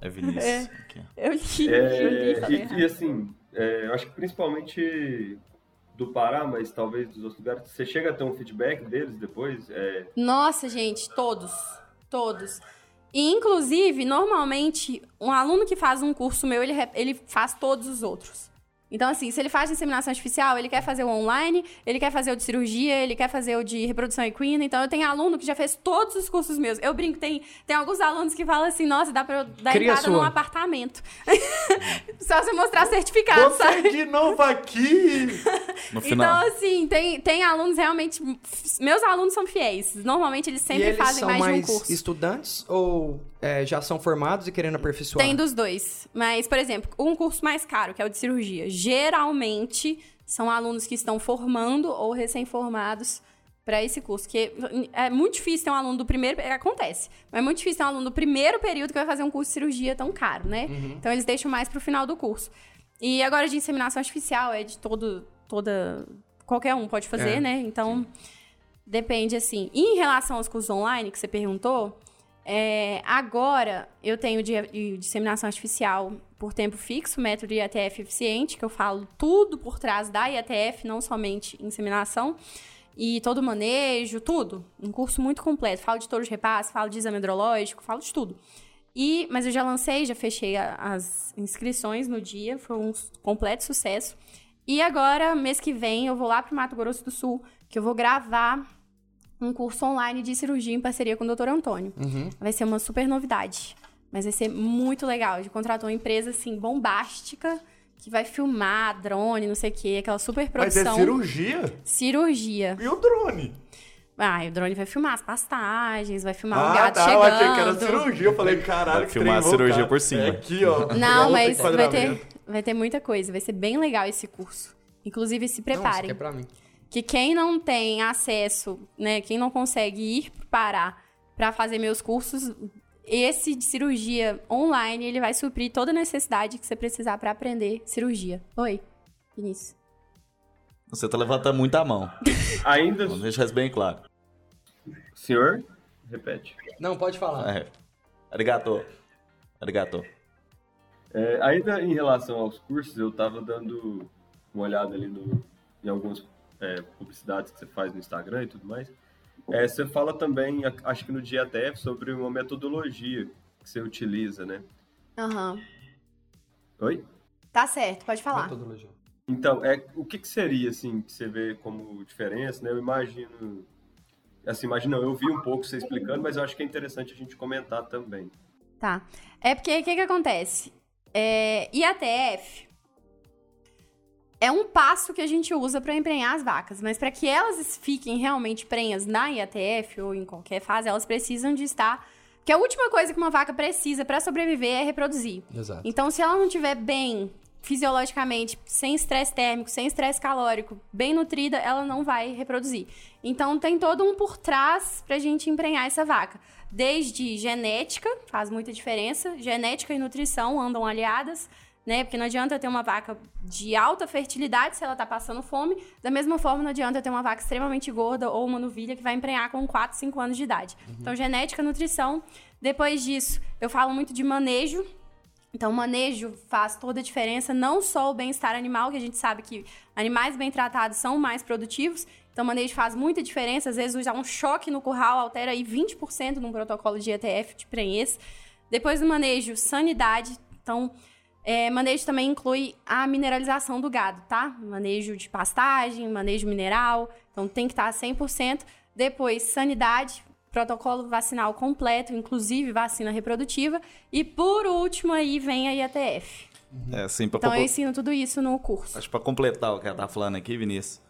É Vinícius. Aqui.
Eu li, eu li,
É,
falei
e,
errado.
e, assim, é, eu acho que principalmente do Pará, mas talvez dos outros lugares, você chega a ter um feedback deles depois? É,
Nossa, gente, todos. Todos. E, inclusive, normalmente, um aluno que faz um curso meu, ele, re- ele faz todos os outros. Então, assim, se ele faz de inseminação artificial, ele quer fazer o online, ele quer fazer o de cirurgia, ele quer fazer o de reprodução equina. Então, eu tenho aluno que já fez todos os cursos meus. Eu brinco, tem, tem alguns alunos que falam assim, nossa, dá pra eu dar
Cria
entrada
sua.
num apartamento. Só se eu mostrar certificado, sabe?
Você de novo aqui!
No final.
Então, assim, tem, tem alunos realmente. Meus alunos são fiéis. Normalmente eles sempre
e eles
fazem
são
mais,
mais
de um curso.
estudantes ou é, já são formados e querendo aperfeiçoar?
Tem dos dois. Mas, por exemplo, um curso mais caro, que é o de cirurgia. Geralmente são alunos que estão formando ou recém-formados para esse curso. Que é muito difícil ter um aluno do primeiro. Acontece. Mas é muito difícil ter um aluno do primeiro período que vai fazer um curso de cirurgia tão caro, né? Então eles deixam mais pro final do curso. E agora de inseminação artificial é de todo. toda. Qualquer um pode fazer, né? Então, depende assim. E em relação aos cursos online que você perguntou, é, agora eu tenho de, de disseminação artificial por tempo fixo, método IATF eficiente, que eu falo tudo por trás da IATF, não somente inseminação. E todo o manejo, tudo. Um curso muito completo. Falo de todos os repasses, falo de exame hidrológico, falo de tudo. E, mas eu já lancei, já fechei a- as inscrições no dia, foi um su- completo sucesso. E agora, mês que vem, eu vou lá para Mato Grosso do Sul, que eu vou gravar um curso online de cirurgia em parceria com o Dr. Antônio.
Uhum.
Vai ser uma super novidade, mas vai ser muito legal. A gente contratou uma empresa assim bombástica que vai filmar drone, não sei o quê, aquela super
Mas é
produção.
cirurgia
cirurgia.
e o drone.
Ah, e o drone vai filmar as pastagens, vai filmar o
Ah,
gato
tá. Eu
chegando.
achei que era cirurgia. Eu falei, caralho,
Vai
que
filmar a
trem
cirurgia
invocado.
por cima.
É aqui, ó.
Não, mas
Outro
vai ter,
enquadramento.
vai ter muita coisa. Vai ser bem legal esse curso. Inclusive, se
Não, isso aqui
preparem.
é pra mim.
Que quem não tem acesso, né? Quem não consegue ir parar pra fazer meus cursos, esse de cirurgia online, ele vai suprir toda a necessidade que você precisar pra aprender cirurgia. Oi, Vinícius.
Você tá levantando muito a mão.
Ainda,
Vamos deixar isso bem claro.
senhor? Repete.
Não, pode falar.
É. Arigato. Arigato.
É, ainda em relação aos cursos, eu estava dando uma olhada ali no, em algumas é, publicidades que você faz no Instagram e tudo mais. É, você fala também, a- acho que no DTF, sobre uma metodologia que você utiliza, né?
Aham.
Oi?
Tá certo, pode falar.
Metodologia.
Então, é, o que, que seria, assim, que você vê como diferença, né? Eu imagino... Assim, imagina, eu vi um pouco você explicando, mas eu acho que é interessante a gente comentar também.
Tá. É porque o que, que acontece? É, IATF é um passo que a gente usa para emprenhar as vacas, mas para que elas fiquem realmente prenhas na IATF ou em qualquer fase, elas precisam de estar. Porque a última coisa que uma vaca precisa para sobreviver é reproduzir.
Exato.
Então, se ela não estiver bem fisiologicamente, sem estresse térmico, sem estresse calórico, bem nutrida, ela não vai reproduzir. Então, tem todo um por trás pra gente emprenhar essa vaca. Desde genética, faz muita diferença, genética e nutrição andam aliadas, né? Porque não adianta eu ter uma vaca de alta fertilidade se ela tá passando fome, da mesma forma não adianta eu ter uma vaca extremamente gorda ou uma novilha que vai emprenhar com 4, 5 anos de idade. Então, genética, nutrição. Depois disso, eu falo muito de manejo, então, o manejo faz toda a diferença, não só o bem-estar animal, que a gente sabe que animais bem tratados são mais produtivos. Então, o manejo faz muita diferença. Às vezes, usar um choque no curral altera aí 20% num protocolo de ETF de prenhez. Depois do manejo, sanidade. Então, é, manejo também inclui a mineralização do gado, tá? Manejo de pastagem, manejo mineral. Então, tem que estar 100%. Depois, sanidade, protocolo vacinal completo, inclusive vacina reprodutiva. E por último aí vem a IATF.
É, assim, pra
Então
compor-
eu ensino tudo isso no curso.
Acho que pra completar o que ela tá falando aqui, Vinícius,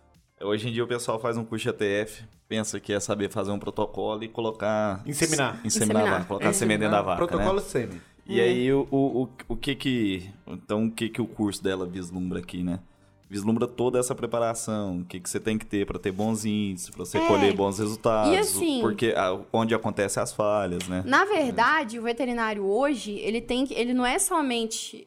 hoje em dia o pessoal faz um curso de ETF, pensa que é saber fazer um protocolo e colocar...
Inseminar.
Inseminar, a
Inseminar. É.
vaca, colocar a semente dentro da vaca, né?
Protocolo
é
semi.
E aí, o, o, o, o que que... Então, o que que o curso dela vislumbra aqui, né? Vislumbra toda essa preparação, o que que você tem que ter pra ter bons índices, pra você
É.
colher bons resultados,
E assim-
porque ah, onde acontecem as falhas, né?
Na verdade, o veterinário hoje, ele tem que, ele não é somente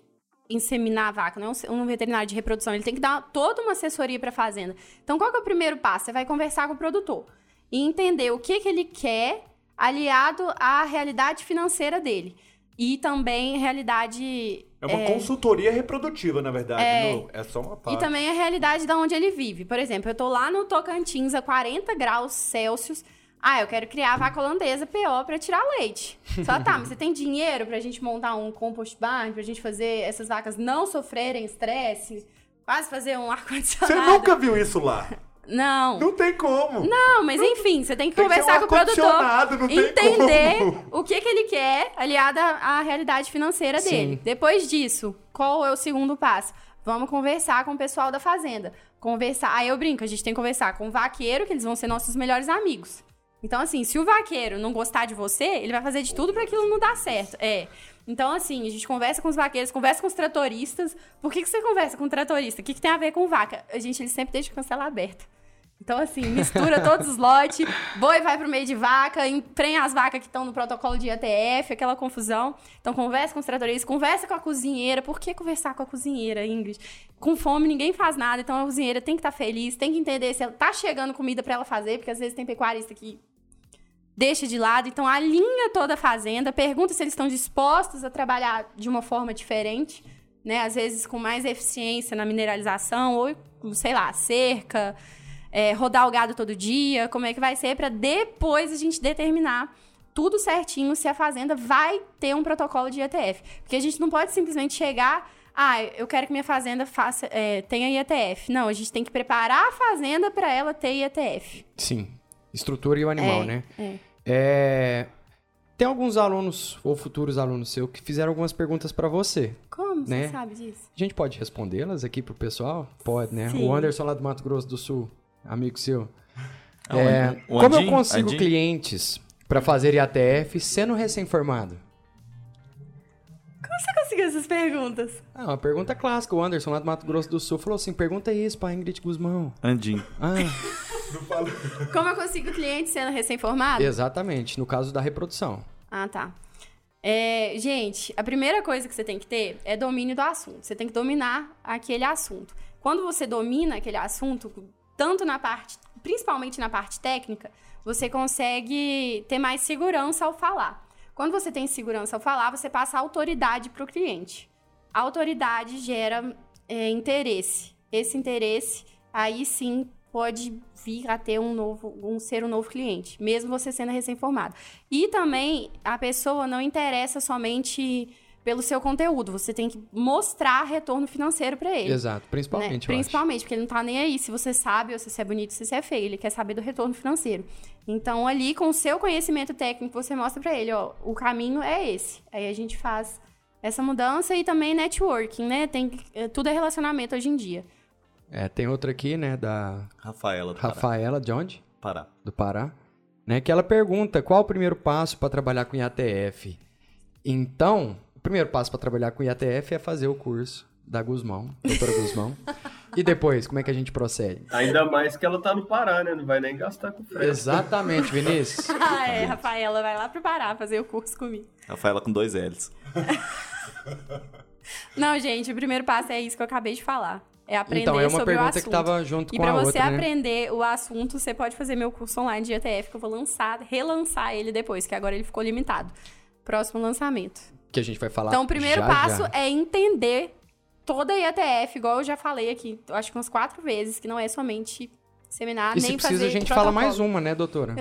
inseminar a vaca, não é um se- um veterinário de reprodução, ele tem que dar toda uma assessoria para fazenda. Então, qual que é o primeiro passo? Você vai conversar com o produtor e entender o que que ele quer aliado à realidade financeira dele e também realidade
É uma consultoria reprodutiva, na verdade.
É.
não- é só uma
E
parte.
também a realidade da onde ele vive. Por exemplo, eu tô lá no Tocantins a 40 graus Celsius. Ah, eu quero criar vaca holandesa PO pra tirar leite. Só tá, mas você tem dinheiro pra gente montar um compost barn, pra gente fazer essas vacas não sofrerem estresse, quase fazer um
Você
ar-condicionado?
nunca viu isso lá.
Não.
Não tem como.
Não, mas enfim, você tem que
Tem que ser
conversar
um
com o produtor.
ar-condicionado, não tem
entender
como.
o que, que ele quer aliada à realidade financeira
Sim.
dele. Depois disso, qual é o segundo passo? Vamos conversar com o pessoal da fazenda. Conversar. Aí eu brinco, a gente tem que conversar com o vaqueiro, que eles vão ser nossos melhores amigos. Então, assim, se o vaqueiro não gostar de você, ele vai fazer de tudo pra aquilo não dar certo. É. Então, assim, a gente conversa com os vaqueiros, conversa com os tratoristas. Por que, que você conversa com o tratorista? O que, que tem a ver com vaca? A gente, ele sempre deixa o cancelar aberto. Então, assim, mistura todos os lotes, boi vai pro meio de vaca, emprenha as vacas que estão no protocolo de IATF, aquela confusão. Então, conversa com os tratoristas, conversa com a cozinheira. Por que conversar com a cozinheira, Ingrid? Com fome ninguém faz nada, então a cozinheira tem que estar feliz, tem que entender se ela tá chegando comida para ela fazer, porque às vezes tem pecuarista que deixa de lado. Então, alinha toda a fazenda, pergunta se eles estão dispostos a trabalhar de uma forma diferente, né? Às vezes com mais eficiência na mineralização ou, sei lá, cerca, é, rodar o gado todo dia, como é que vai ser, para depois a gente determinar tudo certinho se a fazenda vai ter um protocolo de IETF. Porque a gente não pode simplesmente chegar... Ah, eu quero que minha fazenda faça, é, tenha IETF. Não, a gente tem que preparar a fazenda para ela ter IETF.
Sim. Estrutura e o animal,
É,
né?
é.
É, Tem alguns alunos ou futuros alunos seu que fizeram algumas perguntas pra você.
Como
Né?
você sabe disso?
A gente pode respondê-las aqui pro pessoal? Pode, né?
Sim.
O Anderson lá do Mato Grosso do Sul, amigo seu.
Ah, o
É,
Andin- o
como eu
Andin-
consigo
Andin-
clientes pra fazer IATF sendo recém-formado?
Conseguiu essas perguntas?
Ah, uma pergunta clássica. O Anderson lá do Mato Grosso do Sul falou assim: pergunta isso pra Ingrid Guzmão.
Andin.
Ah,
Como eu consigo cliente sendo recém-formado?
exatamente, no caso da reprodução.
Ah, tá. É, gente, a primeira coisa que você tem que ter é domínio do assunto. Você tem que dominar aquele assunto. Quando você domina aquele assunto, tanto na parte, principalmente na parte técnica, você consegue ter mais segurança ao falar. Quando você tem segurança ao falar, você passa autoridade para o cliente. A autoridade gera é, interesse. Esse interesse, aí sim, pode vir a ter um novo, um ser um novo cliente, mesmo você sendo recém-formado. E também a pessoa não interessa somente pelo seu conteúdo, você tem que mostrar retorno financeiro para ele.
Exato,
né?
principalmente. eu acho.
Principalmente, porque ele não tá nem aí se você sabe ou se você é bonito, se você é feio. Ele quer saber do retorno financeiro. Então, ali, com o seu conhecimento técnico, você mostra pra ele, ó, o caminho é esse. Aí a gente faz essa mudança e também networking, né? Tem, que- é, tudo é relacionamento hoje em dia.
É, tem outra aqui, né, da
Rafaela do Pará.
Rafaela de onde?
Pará.
do Pará, né? Que ela pergunta qual o primeiro passo para trabalhar com IATF. Então, o primeiro passo para trabalhar com IATF é fazer o curso da Guzmão, doutora Guzmão. E depois, como é que a gente procede?
Ainda mais que ela tá no Pará, né? Não vai nem gastar com frete.
Exatamente, Vinícius.
Ah, é, Rafaela, vai lá preparar, fazer o curso comigo.
Rafaela com dois L's.
Não, gente, o primeiro passo é isso que eu acabei de falar. É aprender
Então, é uma
sobre o
pergunta
assunto.
que tava junto
E
com a
pra você
outra, né?
aprender o assunto, você pode fazer meu curso online de ETF, que eu vou lançar, relançar ele depois, que agora ele ficou limitado. Próximo lançamento.
Que a gente vai falar
então, o primeiro
já,
passo
já.
é entender toda a IETF, igual eu já falei aqui, eu acho que umas quatro vezes, que não é somente seminar,
E
Ah, nem
se precisa,
fazer
a gente fala
protocolo.
mais uma, né, doutora?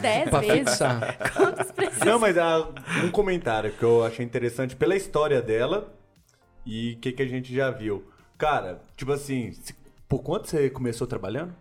Dez
Pra
vezes.
fixar.
Quantos precisa?
Não, mas ah, um comentário que eu achei interessante pela história dela e o que, que a gente já viu. Cara, tipo assim, se- por quanto você começou trabalhando?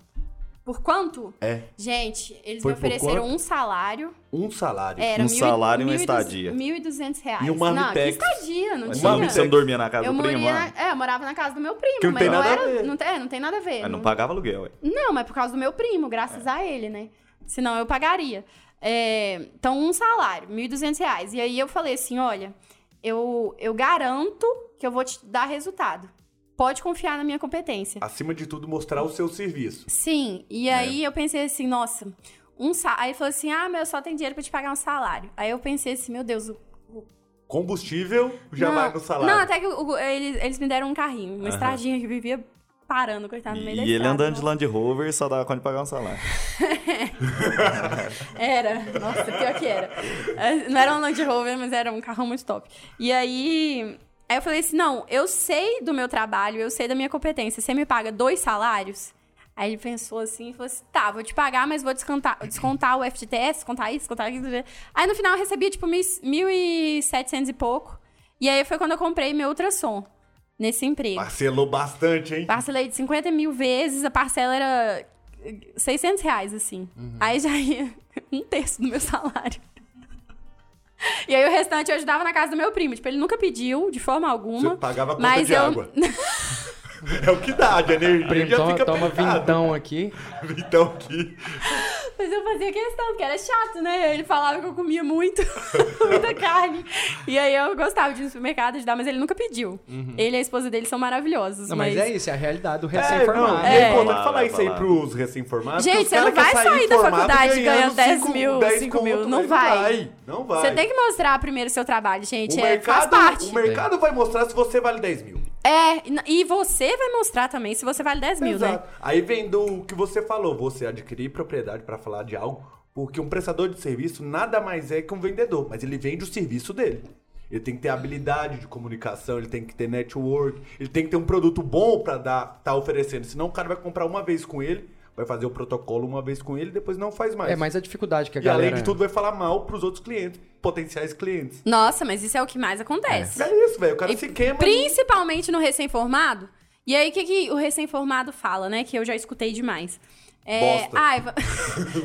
Por quanto?
É.
Gente, eles
Foi
me
por
ofereceram
quanto?
um salário.
Um salário.
Era
Um
mil e-
salário e uma
mil e du-
estadia.
1.200 reais.
E um
Não, que
marmitex.
estadia, não
Mas
tinha.
não, você não dormia na casa
eu
do
moria
primo
na-
lá?
é, eu morava na casa do meu primo,
Que não
mas
tem
não
nada a
era.
ver.
Não, tem, é, não tem nada a ver.
Mas
não-
não pagava aluguel, ué.
não, mas é por causa do meu primo, graças
É.
a ele, né? Senão eu pagaria. É, então, um salário, 1.200 reais. E aí eu falei assim, olha, eu, eu garanto que eu vou te dar resultado. Pode confiar na minha competência.
Acima de tudo, mostrar o seu serviço.
Sim,
É.
e aí eu pensei assim, nossa, um sa... aí ele falou assim, ah, meu, só tem dinheiro pra te pagar um salário. Aí eu pensei assim, meu Deus, o
Combustível já
não,
vai no salário.
Não, assim. até que o- o- eles, eles me deram um carrinho, uma estradinha que vivia parando, coitado, Tá no meio da
E ele
estrada, né?
andando de
não-
Land Rover só dava conta de pagar um salário.
Era, nossa, pior que era. É, Não era um Land Rover, mas era um carrão muito top. E aí, aí eu falei assim, não, eu sei do meu trabalho, eu sei da minha competência, você me paga dois salários? Aí ele pensou assim e falou assim, tá, vou te pagar, mas vou descontar, descontar o FGTS, descontar isso, descontar aquilo. né? Aí no final eu recebia, tipo, mil e- 1.700 e pouco. E aí foi quando eu comprei meu ultrassom, nesse emprego.
Parcelou bastante, hein?
Parcelei de 50 mil vezes, a parcela era eh, 600 reais, assim.
Uhum.
Aí já ia um terço do meu salário. E aí o restante eu ajudava na casa do meu primo. Tipo, ele nunca pediu, de forma alguma.
Você pagava a conta
mas
de
eu...
água. É o que dá, de energia
Primo,
já
toma,
fica
toma
picado.
vintão aqui.
Vintão aqui.
Mas eu fazia questão, porque era chato, né? Ele falava que eu comia muito, muita carne. E aí eu gostava de ir no supermercado ajudar, mas ele nunca pediu.
Uhum.
Ele e a esposa dele são maravilhosos.
Não,
mas,
mas é isso, é a realidade do
não,
recém-formado.
e é
É.
importante
Vai,
falar
vai,
isso aí
vai.
pros recém-formados.
Gente,
que os
você não
cara quer
vai sair da
formado
faculdade ganhando 10
cinco-
mil,
10
cinco mil,
conto,
não
mas
vai.
Não vai.
Você tem que mostrar primeiro o seu trabalho, gente.
o
é,
mercado,
faz parte.
O mercado vai mostrar se você vale 10 mil.
É, e n- e você vai mostrar também se você vale 10 mil, né?
Exato. Aí vem do que você falou, você adquirir propriedade pra falar de algo, porque um prestador de serviço nada mais é que um vendedor, mas ele vende o serviço dele. Ele tem que ter habilidade de comunicação, ele tem que ter network, ele tem que ter um produto bom pra dar, tá oferecendo. Senão o cara vai comprar uma vez com ele, vai fazer o protocolo uma vez com ele, depois não faz mais.
É mais a dificuldade que a
e
galera...
além de tudo vai falar mal pros outros clientes, potenciais clientes.
Nossa, mas isso é o que mais acontece.
É isso, velho. O cara
E
se queima.
Principalmente no recém-formado. E aí, o que, que o recém-formado fala, né? Que eu já escutei demais. É,
Bosta.
ai, va-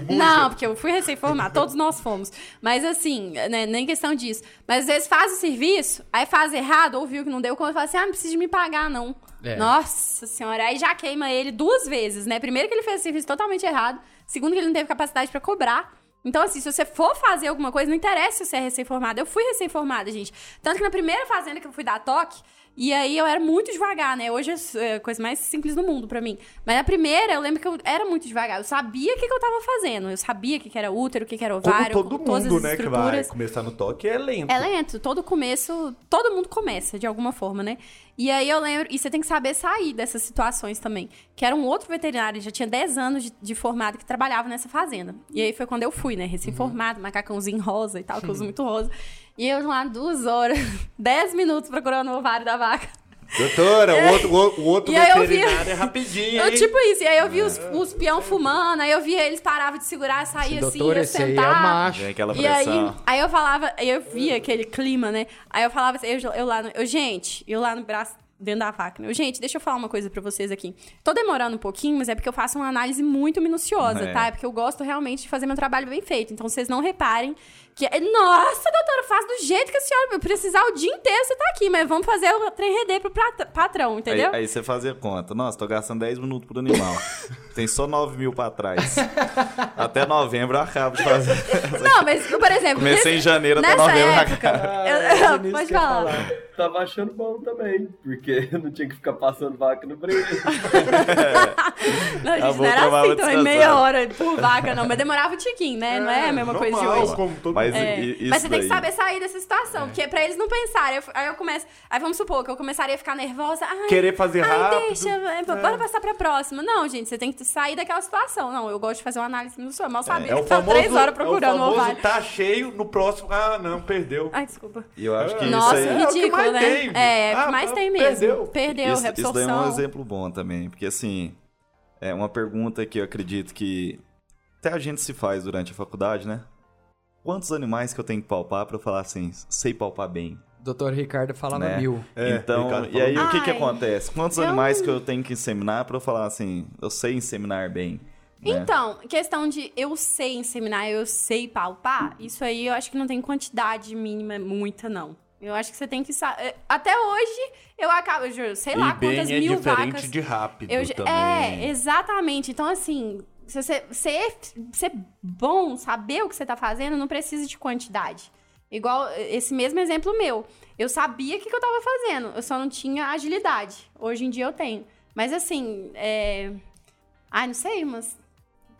não, porque eu fui recém-formado, todos nós fomos. Mas assim, né, nem questão disso. Mas às vezes faz o serviço, aí faz errado, ou viu que não deu, quando fala assim, ah, não precisa de me pagar, não.
É.
Nossa senhora, aí já queima ele duas vezes, né? Primeiro que ele fez o serviço totalmente errado, segundo que ele não teve capacidade pra cobrar. Então, assim, se você for fazer alguma coisa, não interessa se você é recém-formado. Eu fui recém-formada, gente. Tanto que na primeira fazenda que eu fui dar toque, e aí eu era muito devagar, né? Hoje é a coisa mais simples do mundo pra mim. Mas na primeira, eu lembro que eu era muito devagar. Eu sabia o que, que eu tava fazendo. Eu sabia o que, que era útero, o que, que era
Como
ovário,
todo
com todas
mundo,
as
né, que vai
estruturas.
começar no toque, é lento.
É lento, todo começo, todo mundo começa de alguma forma, né? E aí eu lembro, e você tem que saber sair dessas situações também. Que era um outro veterinário, ele já tinha 10 anos de, de formado que trabalhava nessa fazenda. E aí foi quando eu fui, né? Recém-formado, macacãozinho rosa e tal, que eu uso muito rosa. E eu lá duas horas, 10 minutos procurando o ovário da vaca.
Doutora, o outro, o outro
E aí eu vi-
veterinário é rapidinho,
Eu,
hein?
tipo isso, e aí eu vi os, os peão fumando, aí eu vi eles paravam de segurar,
É. Esse
saía assim,
doutor,
ia
esse aí é
sentar.
macho.
Vem aquela
E aí,
pressão.
aí eu falava, aí eu via aquele clima, né? Aí eu falava assim, eu, eu lá, no, eu, gente, eu lá no braço, dentro da vaca, né? Eu, gente, deixa eu falar uma coisa pra vocês aqui. Tô demorando um pouquinho, mas é porque eu faço uma análise muito minuciosa,
É.
tá? É porque eu gosto realmente de fazer meu trabalho bem feito. Então vocês não reparem que. é, Nossa, doutora, faz do jeito que a senhora eu precisar o dia inteiro, você tá aqui, mas vamos fazer o trem render pro prat- patrão,
Aí,
entendeu?
aí você fazia conta. Nossa, tô gastando 10 minutos por animal. Tem só 9 mil pra trás. Até novembro eu acabo de fazer.
Não, mas, por exemplo.
Comecei em janeiro até
nessa
novembro.
época, eu-
era nisso
pode
que eu ia
falar.
falar.
Tava achando bom também, porque eu não tinha que ficar passando vaca no brilho.
Não, gente,
Acabou,
não era
acabava
assim também,
descansando.
meia hora por vaca, não. Mas demorava o tiquinho, né? não é a mesma coisa de
normal,
hoje.
como todo
Mas,
É.
i- isso
Mas você tem que
daí-
saber sair dessa
É.
situação, porque pra eles não pensarem. Eu- aí eu começo. Aí vamos supor que eu começaria a ficar nervosa. Ai,
Querer fazer
ai,
rápido.
deixa, é, bora passar pra próxima. Não, gente, você tem que sair daquela situação. Não, eu gosto de fazer uma análise no seu. Mal sabia
É o
que tá
famoso,
três horas
é o
procurando o
famoso
ovário.
tá cheio, no próximo, ah, não, perdeu.
Ai, desculpa.
E eu acho que
Nossa,
isso aí.
é o que
ridículo,
mais
né?
tem.
É, é o
Ah,
que mais tem mesmo.
perdeu.
Perdeu,
isso, isso daí é
reabsorção.
um exemplo bom também, porque assim, é uma pergunta que eu acredito que até a gente se faz durante a faculdade, né? Quantos animais que eu tenho que palpar pra eu falar assim, sei palpar bem?
Doutor Ricardo falava
Né?
mil.
É,
então,
Ricardo
e aí
falou.
o que que
Ai,
acontece? Quantos
eu
animais que eu tenho que inseminar pra eu falar assim, eu sei inseminar bem? né?
Então, questão de eu sei inseminar, eu sei palpar, isso aí eu acho que não tem quantidade mínima muita, não. Eu acho que você tem que saber. Até hoje, eu acabo, eu juro, sei lá
e bem
Ah, quantas
é
mil
diferente
vacas.
de rápido
eu já-
também.
É, exatamente. Então, assim, se você ser, ser bom, saber o que você tá fazendo, não precisa de quantidade. Igual eh, esse mesmo exemplo meu. Eu sabia o que, que eu tava fazendo, eu só não tinha agilidade. Hoje em dia eu tenho. Mas assim, é... Ai, não sei, mas...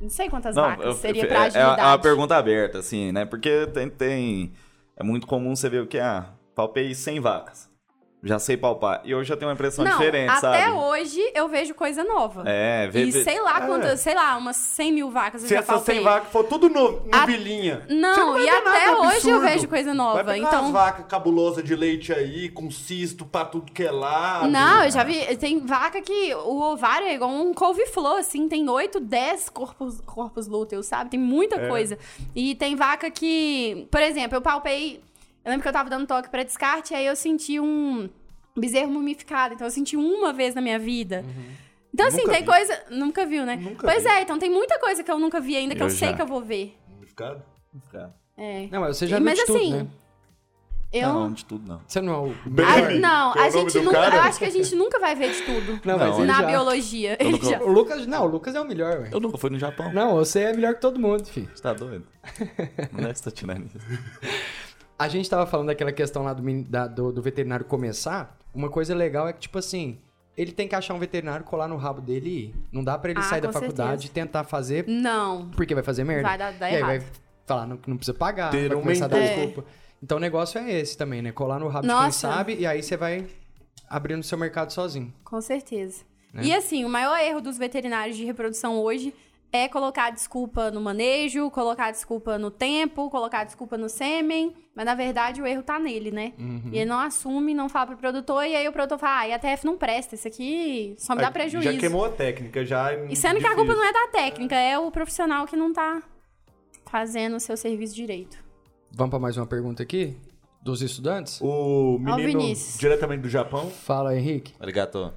Não sei quantas vacas
eu-
seria
eu-
pra
é- é, uma-
agilidade.
é uma pergunta aberta, assim, né? Porque tem, tem- É muito comum você ver o que, ah, palpei 100 vacas. Já sei palpar. E hoje eu tenho uma impressão
não,
diferente,
até
sabe?
hoje eu vejo coisa nova.
É, vê,
e
vê-
sei lá
é.
quantas, sei lá, umas 100 mil vacas eu
Se
já
essa
faltei.
sem vaca for tudo no,
A-
novilinha. você
Não,
vai
e
ver nada
até hoje eu
absurdo.
vejo coisa nova.
Vai pegar
Então,
umas vacas cabulosas de leite aí, com cisto pra tudo que é lá.
Não, Ah, eu já vi. Tem vaca que o ovário é igual um couve-flor, assim. Tem 8, 10 corpos, corpos lúteos, sabe? Tem muita
É.
coisa. E tem vaca que. Por exemplo, eu palpei. Eu lembro que eu tava dando toque pra descarte, aí eu senti um bezerro mumificado. Então eu senti uma vez na minha vida. Então, assim,
Uhum. Nunca
tem
vi.
coisa. Nunca viu, né?
Nunca
pois
vi.
é, então tem muita coisa que eu nunca vi ainda que eu,
Eu
sei
já.
que eu vou ver.
Unificado?
É.
Não, mas você já viu
Mas
de tudo,
assim,
né?
Eu.
Então,
Não, de tudo não.
Você não é o.
Ah, não,
que é o
a
nome
gente
do
nunca.
cara?
Eu acho que a gente nunca vai ver de tudo
Não, mas ele
na
já.
biologia. Ele
nunca-
já.
O Lucas. Não, o Lucas é o melhor, ué.
Eu nunca fui no Japão.
Não, você é melhor que todo mundo, filho.
Você tá doido? Não é que você tá tirando isso.
A gente tava falando daquela questão lá do, meni- da- do, do veterinário começar. Uma coisa legal é que, tipo assim, ele tem que achar um veterinário, colar no rabo dele e ir. Não dá pra ele
Ah,
sair da
com
faculdade
certeza.
e tentar fazer,
Não.
porque vai fazer merda.
Vai dar- dar
e aí
errado.
vai falar não- que não precisa pagar,
Ter
vai
um
começar a dar
mentor.
desculpa. Então o negócio é esse também, né? Colar no rabo de quem
Nossa.
sabe e aí você vai abrindo seu mercado sozinho.
Com certeza. E assim, o maior erro dos veterinários de reprodução hoje é colocar desculpa no manejo, colocar desculpa no tempo, colocar desculpa no sêmen, mas na verdade o erro tá nele, né? E ele não assume, não fala pro produtor, e aí o produtor fala, ah, e a TF não presta, isso aqui só me dá prejuízo.
Já queimou a técnica, já.
E sendo que a culpa não é da técnica, é o profissional que não tá fazendo o seu serviço direito.
Vamos pra mais uma pergunta aqui? Dos estudantes?
O
Ó, o
menino
Vinícius.
diretamente do Japão.
Fala, Henrique.
Arigato.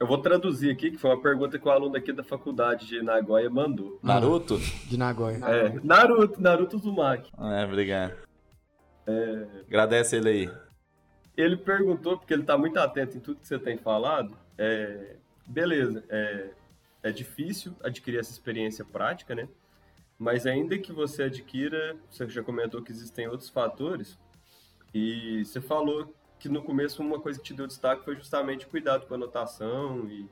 Eu vou traduzir aqui, que foi uma pergunta que o aluno aqui da faculdade de Nagoya mandou.
Naruto?
De Nagoya.
É, Naruto, Naruto Uzumaki.
É, obrigado. É. Agradece ele aí.
Ele perguntou, porque ele tá muito atento em tudo que você tem falado. é, beleza, é, é difícil adquirir essa experiência prática, né? Mas ainda que você adquira, você já comentou que existem outros fatores. E você falou que no começo uma coisa que te deu destaque foi justamente o cuidado com a anotação e,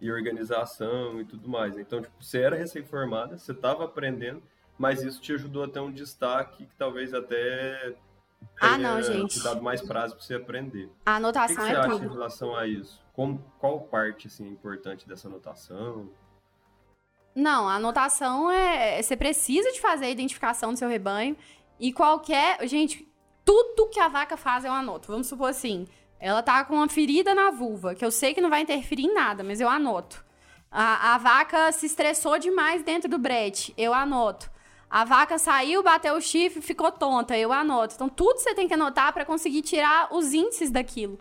e organização e tudo mais. né? Então, tipo, você era recém-formada, você estava aprendendo, mas isso te ajudou a ter um destaque que talvez até
Ah, não,
tenha
gente.
te dado mais prazo para você aprender.
A
O que, que
anotação
você
é
acha em
tudo.
relação a isso? Como, qual parte assim, é importante dessa anotação?
Não, a anotação é. Você precisa de fazer a identificação do seu rebanho. E qualquer. Gente, tudo que a vaca faz eu anoto. Vamos supor assim. Ela tá com uma ferida na vulva, que eu sei que não vai interferir em nada, mas eu anoto. A, a vaca se estressou demais dentro do brete, eu anoto. A vaca saiu, bateu o chifre, ficou tonta, eu anoto. Então, tudo você tem que anotar para conseguir tirar os índices daquilo.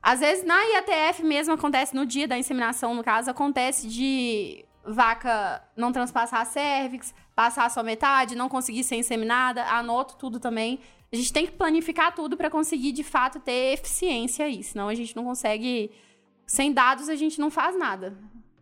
Às vezes, na IATF mesmo acontece, no dia da inseminação, no caso, acontece de vaca não transpassar a cervix, passar só metade, não conseguir ser inseminada, anoto tudo também. A gente tem que planificar tudo para conseguir, de fato, ter eficiência aí, senão a gente não consegue... Sem dados, a gente não faz nada,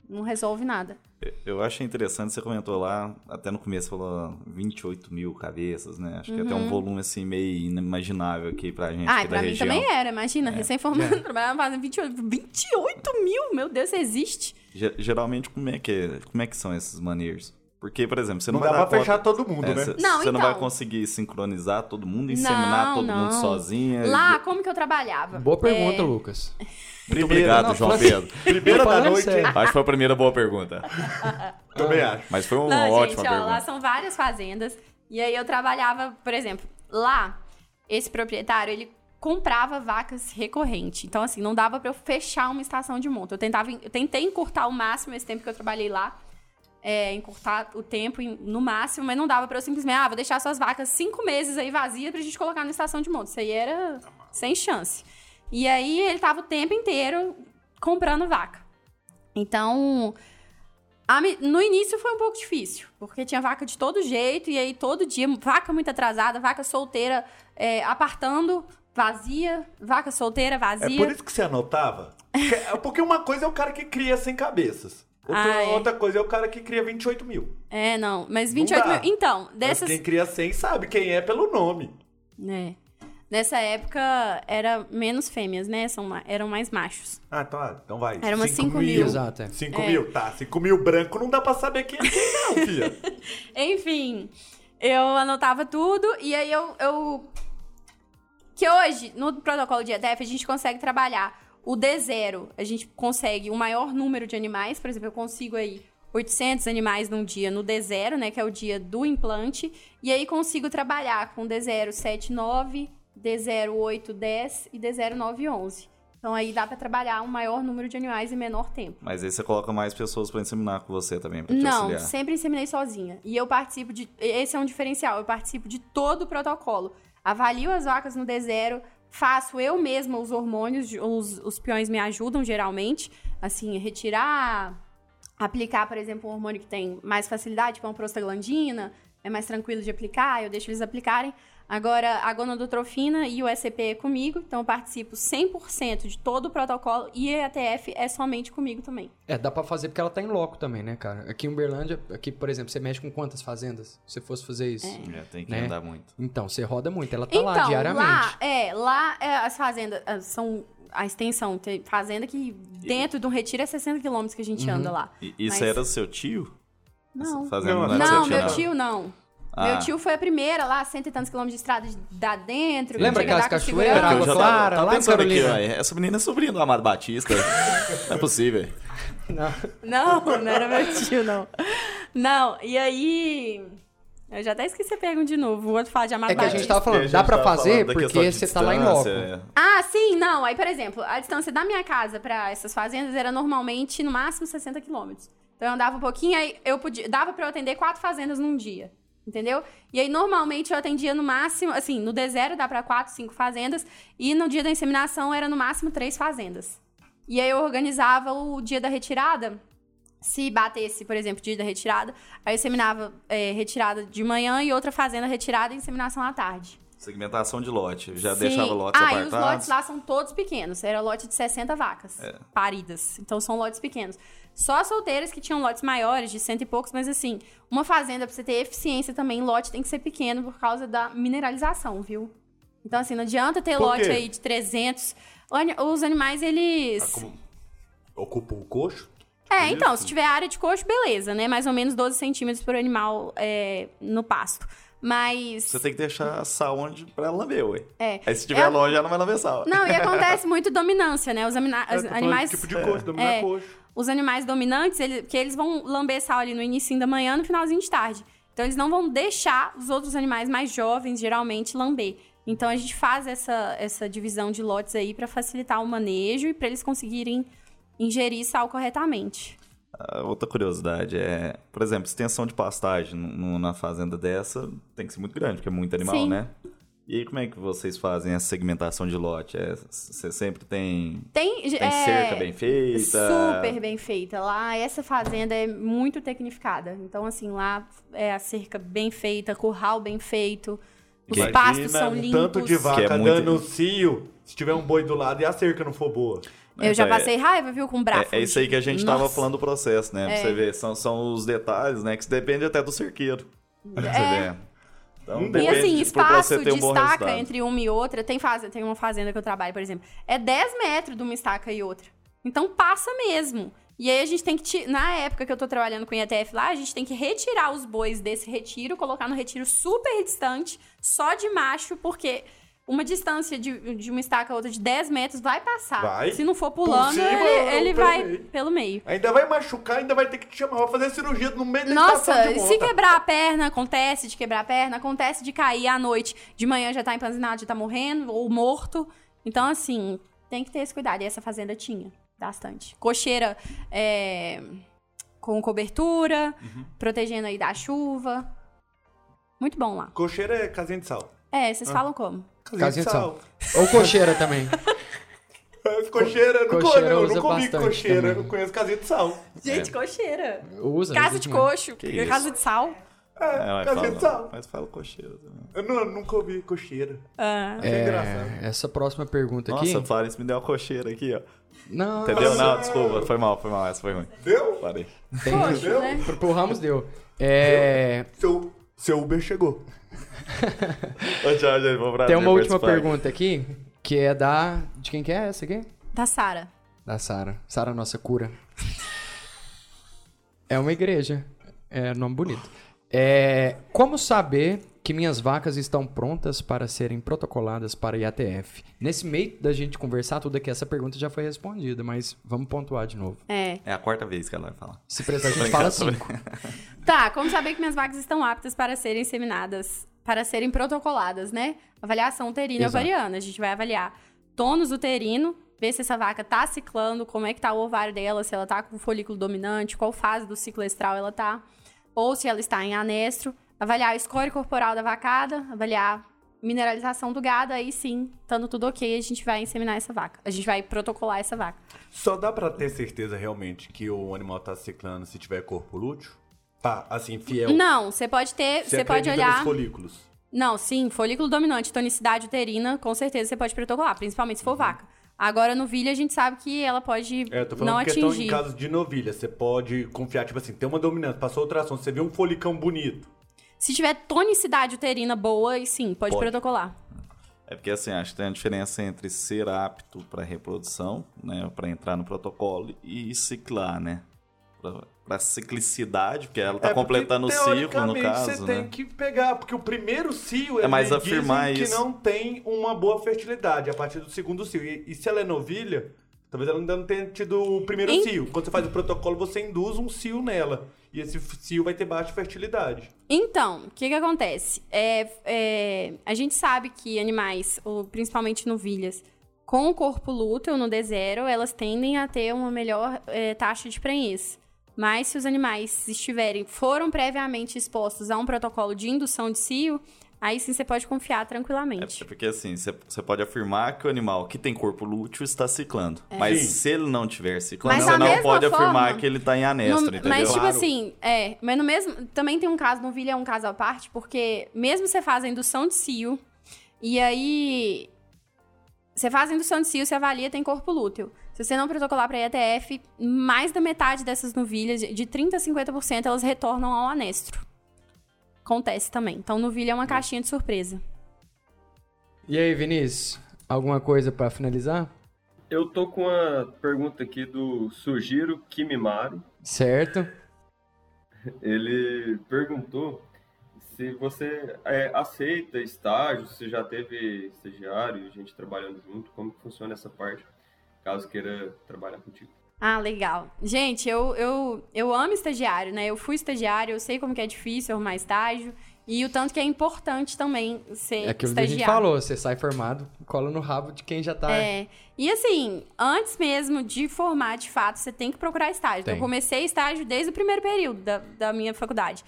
não resolve nada.
Eu achei interessante, você comentou lá, até no começo falou 28 mil cabeças, né? Acho que até um volume assim meio inimaginável aqui pra gente
Uhum. Ah,
aqui da
e pra mim
região. É.
também era, imagina, recém-formando, trabalhava fazendo 28, 28 mil, meu Deus, existe?
Ge- Geralmente, como é, que é- como é que são esses maneiros? Porque, por exemplo, você
Não,
não,
dá
vai dar
pra fechar
conta...
todo mundo,
É,
né?
cê-
Não,
você não
então.
vai conseguir sincronizar todo mundo, inseminar
Não,
todo mundo
não.
sozinha.
Lá, como que eu trabalhava?
Boa pergunta,
É,
Lucas.
Muito obrigado,
Não,
João
falando-
Pedro.
Primeira da
Falando
noite.
sério.
Acho que foi a primeira boa pergunta.
Também acho.
Mas foi uma
Não, gente,
ótima
ó,
pergunta.
lá são várias fazendas. E aí eu trabalhava, por exemplo, lá, esse proprietário, ele comprava vacas recorrente. Então, assim, não dava pra eu fechar uma estação de monta. Eu, tentava, eu tentei encurtar o máximo esse tempo que eu trabalhei lá. É, encurtar o tempo em- no máximo, mas não dava pra eu simplesmente, ah, vou deixar suas vacas cinco meses aí vazias pra gente colocar na estação de monta. Isso aí era sem chance. E aí ele tava o tempo inteiro comprando vaca. Então, a mi- No início foi um pouco difícil, porque tinha vaca de todo jeito, e aí todo dia, vaca muito atrasada, vaca solteira é, apartando, vazia, vaca solteira
É
vazia.
por isso que você anotava? Porque- Porque uma coisa é o cara que cria 100 cabeças. Outra,
Ah, é.
outra coisa é o cara que cria 28 mil.
É, não, mas
Não
28
dá. É
mil. Então,
Mas
dessas.
quem cria 100 sabe quem é pelo nome.
né, Nessa época era menos fêmeas, né? São ma- eram mais machos.
Ah, então, ah, então vai.
Era umas
Cinco
cinco mil.
Exato, é.
5 mil, tá. 5 mil branco não dá pra saber quem é quem não, filha.
Enfim, eu anotava tudo e aí eu. eu... Que hoje, no protocolo de EDF, a gente consegue trabalhar o D0. A gente consegue o maior número de animais. Por exemplo, eu consigo aí 800 animais num dia no D0, né? Que é o dia do implante. E aí consigo trabalhar com D0, 7, 9, D0, 8, 10 e D0, 9, 11. Então aí dá pra trabalhar um maior número de animais em menor tempo.
Mas aí você coloca mais pessoas pra inseminar com você também, pra te
Não,
auxiliar.
sempre inseminei sozinha. E eu participo de. Esse é um diferencial. Eu participo de todo o protocolo. Avalio as vacas no D0, faço eu mesma os hormônios, de- os, os peões me ajudam geralmente. Assim, retirar, aplicar, por exemplo, um hormônio que tem mais facilidade, tipo uma é prostaglandina, é mais tranquilo de aplicar, eu deixo eles aplicarem. Agora, a gonadotrofina e o ECP é comigo, então eu participo 100% de todo o protocolo e a ETF é somente comigo também.
É, dá pra fazer porque ela tá em loco também, né, cara? Aqui em Uberlândia, aqui, por exemplo, você mexe com quantas fazendas? Se você fosse fazer isso.
É, tem que
Né?
andar muito.
Então, você roda muito, ela tá
Então,
lá diariamente.
lá, é, lá é, as fazendas ah, são a extensão, tem fazenda que dentro do retiro é 60 quilômetros que a gente
Uhum.
anda lá.
E, isso
Mas-
era seu tio?
Não.
tá Fazendo
Não,
lá no
é
Não,
seu
meu tio não.
Ah.
Meu tio foi a primeira lá, cento e tantos quilômetros de estrada de- da dentro. que
Lembra
chega a
aquelas
dar com
cachoeiras,
segurança.
água
Eu já
clara,
tava,
lá
tava
em
pensando aqui,
Carolina.
ó, essa menina é sobrinha do Amado Batista. não é possível.
Não, não era meu tio, não. Não, e aí. Eu já até esqueci a pergunta de novo. O outro fala de Amado
É que a gente
Batista.
tava
E a
falando,
gente
dá pra
tava
fazer
falando da questão
porque
de
você tá lá em loco.
distância, é.
Ah, sim, não. Aí, por exemplo, a distância da minha casa pra essas fazendas era normalmente no máximo 60 quilômetros. Então eu andava um pouquinho, aí eu podia. Dava pra eu atender quatro fazendas num dia. Entendeu? E aí, normalmente, eu atendia no máximo, assim, no D0 dá pra quatro, cinco fazendas, e no dia da inseminação era no máximo três fazendas. E aí eu organizava o dia da retirada. Se batesse, por exemplo, dia da retirada, aí eu inseminava eh, retirada de manhã e outra fazenda retirada e inseminação à tarde.
Segmentação de lote. Já
Sim.
deixava lotes
ah,
apartados.
e os lotes lá são todos pequenos. Era lote de 60 vacas
É.
paridas. Então são lotes pequenos. Só solteiras que tinham lotes maiores, de cento e poucos, mas assim, uma fazenda, pra você ter eficiência também, lote tem que ser pequeno por causa da mineralização, viu? Então, assim, não adianta ter
Por
lote
quê?
aí de 300. O ani- Os animais, eles.
Ah,
Ah,
Ocupa o coxo?
É, então, se tiver área de coxo, beleza, né? Mais ou menos 12 centímetros por animal é, no pasto. Mas.
Você tá tem que deixar a sal onde pra ela lamber, ué.
É.
Aí se tiver
É-
longe, ela não vai lamber sal.
Não, e acontece muito dominância, né? Os, amina-
É,
os
tô falando
animais.
de tipo de coxo, dominar
É.
coxo.
os animais dominantes, ele, que eles vão lamber sal ali no início da manhã, no finalzinho de tarde. Então eles não vão deixar os outros animais mais jovens geralmente lamber. Então a gente faz essa, essa divisão de lotes aí pra facilitar o manejo e pra eles conseguirem ingerir sal corretamente.
Ah, Outra curiosidade é, por exemplo, extensão de pastagem nu- nu- na fazenda dessa tem que ser muito grande, porque é muito animal,
Sim.
né? E aí, como é que vocês fazem essa segmentação de lote? É, c- Você sempre tem,
Tem,
tem
é,
cerca bem feita? É,
Super bem feita. Lá, essa fazenda é muito tecnificada. Então, assim, lá é a cerca bem feita, curral bem feito, os
Imagina
pastos são
um
limpos.
tanto de vaca
Que é muito-
dando cio. Se tiver um boi do lado e a cerca não for boa.
Eu já
Então, é-
passei raiva, viu, com brafo.
É, é isso aí que a gente tava
Nossa. É.
falando do processo, né? Pra você ver, são, são os detalhes, né? Que depende até do cerqueiro. Pra
É.
Você ver. Então,
E
depende
assim,
de- pra
espaço
você ter um bom
destaca
resultado.
entre uma e outra. Tem, faz... tem uma fazenda que eu trabalho, por exemplo. É 10 metros de uma estaca e outra. Então passa mesmo. E aí a gente tem que. ti- Na época que eu tô trabalhando com IETF lá, a gente tem que retirar os bois desse retiro, colocar no retiro super distante, só de macho, porque uma distância de, de uma estaca a outra de 10 metros vai passar.
Vai.
Se não for pulando,
cima ou
ele, ele
pelo
vai
meio.
pelo meio.
Ainda vai machucar, ainda vai ter que te chamar pra fazer cirurgia no meio da estação
Nossa, é
de
se
monta.
quebrar a perna, acontece de quebrar a perna, acontece de cair à noite, de manhã já tá empanzinado, já tá morrendo ou morto. Então, assim, tem que ter esse cuidado. E essa fazenda tinha bastante. Cocheira é, com cobertura, protegendo aí da chuva. Muito bom lá.
Cocheira é casinha de sal.
É, vocês falam como?
Casinha de sal. Ou cocheira também.
É, Cocheira, eu não,
Cocheira
eu
usa
não comi
bastante
cocheira, eu
também.
não conheço casinha de sal.
Gente, cocheira.
Usa.
Casa
usa
de
demais.
coxo,
Que
casa de sal.
É,
É, mas
casinha de
fala,
sal.
mas fala cocheiro também.
Eu, não, eu nunca ouvi cocheira.
Ah.
Achei engraçado.
É, essa próxima pergunta aqui.
Nossa, Flávio, isso me deu uma cocheira aqui, ó.
Não,
Entendeu? Não, desculpa, foi mal, foi mal, essa foi ruim.
Deu?
Parei.
tem.
Coxo, né?
Pro, pro Ramos deu. É,
Seu, seu Uber chegou.
Ô, tchau, gente, vou pra
tem uma última pergunta aqui, que é da. De quem que é essa aqui?
Da Sara.
Da Sara. Sara, nossa cura. é uma igreja. É nome bonito. É, como saber que minhas vacas estão prontas para serem protocoladas para IATF? Nesse meio da gente conversar tudo aqui, essa pergunta já foi respondida, mas vamos pontuar de novo.
É.
É a quarta vez que ela vai falar.
Se precisar, a gente fala cinco.
Tá, como saber que minhas vacas estão aptas para serem inseminadas, para serem protocoladas, né? Avaliação uterina e
Exato.
ovariana. A gente vai avaliar tônus uterino, ver se essa vaca tá ciclando, como é que tá o ovário dela, se ela tá com folículo dominante, qual fase do ciclo estral ela tá, ou se ela está em anestro. Avaliar a escore corporal da vacada, avaliar mineralização do gado, aí sim, estando tudo ok, a gente vai inseminar essa vaca. A gente vai protocolar essa vaca.
Só dá pra ter certeza realmente que o animal tá ciclando se tiver corpo lúteo? Pá, assim, fiel.
Não, você pode ter, você pode
acredita nos
olhar.
folículos.
Não, sim, folículo dominante, tonicidade uterina, com certeza você pode protocolar, principalmente se for vaca. Agora, novilha, a gente sabe que ela pode
Uhum. É, eu tô falando
não
que estão em
atingir.
casos de novilha. Você pode confiar, tipo assim, tem uma dominância, passou ultrassom, você viu um folicão bonito.
Se tiver tonicidade uterina boa, e sim, pode,
Pode.
protocolar.
É porque assim, acho que tem a diferença entre ser apto para reprodução, né, para entrar no protocolo e ciclar, né? Para ciclicidade, porque ela tá
É, porque,
completando o ciclo no
teoricamente,
caso,
Você
né?
tem que pegar, porque o primeiro cio eles
mas
dizem
afirmar
que
isso.
não tem uma boa fertilidade a partir do segundo cio. E, e se ela é novilha, talvez ela ainda não tenha tido o primeiro
Em-
cio. Quando você faz o protocolo, você induz um cio nela. E esse cio vai ter baixa fertilidade.
Então, o que que acontece? É, é, a gente sabe que animais, ou principalmente novilhas, com o corpo lúteo no D0, elas tendem a ter uma melhor é, taxa de prenhez. Mas se os animais estiverem, foram previamente expostos a um protocolo de indução de cio, aí sim você pode confiar tranquilamente.
É porque assim, você- você pode afirmar que o animal que tem corpo lúteo está ciclando. Mas
Sim.
se ele não tiver ciclando,
É. Mas
você
da
não
mesma
pode afirmar
forma-
que ele está em
No-
anestro, é entendeu?
mas, tipo
Claro.
assim, é. Mas no mesmo. Também tem um caso, novilha é um caso à parte, porque mesmo você faz a indução de cio, e aí. Você faz a indução de cio, você avalia, tem corpo lúteo. Se você não protocolar pra IETF, mais da metade dessas novilhas, de 30% a 50%, elas retornam ao anestro. Acontece também. Então, novilha é uma caixinha de surpresa.
E aí, Vinícius, alguma coisa pra finalizar?
Eu tô com uma pergunta aqui do Sugiro Kimimaro.
Certo.
Ele perguntou se você é, aceita estágio, se já teve estagiário, gente trabalhando junto, como que funciona essa parte, caso queira trabalhar contigo.
Ah, legal. Gente, eu, eu, eu amo estagiário, né? Eu fui estagiário, eu sei como que é difícil arrumar estágio. E o tanto que é importante também ser
É aquilo que a
estagiário.
gente falou, você sai formado, cola no rabo de quem já tá.
É. E assim, antes mesmo de formar de fato, você tem que procurar estágio. Então,
Tem.
eu comecei estágio desde o primeiro período da, da minha faculdade.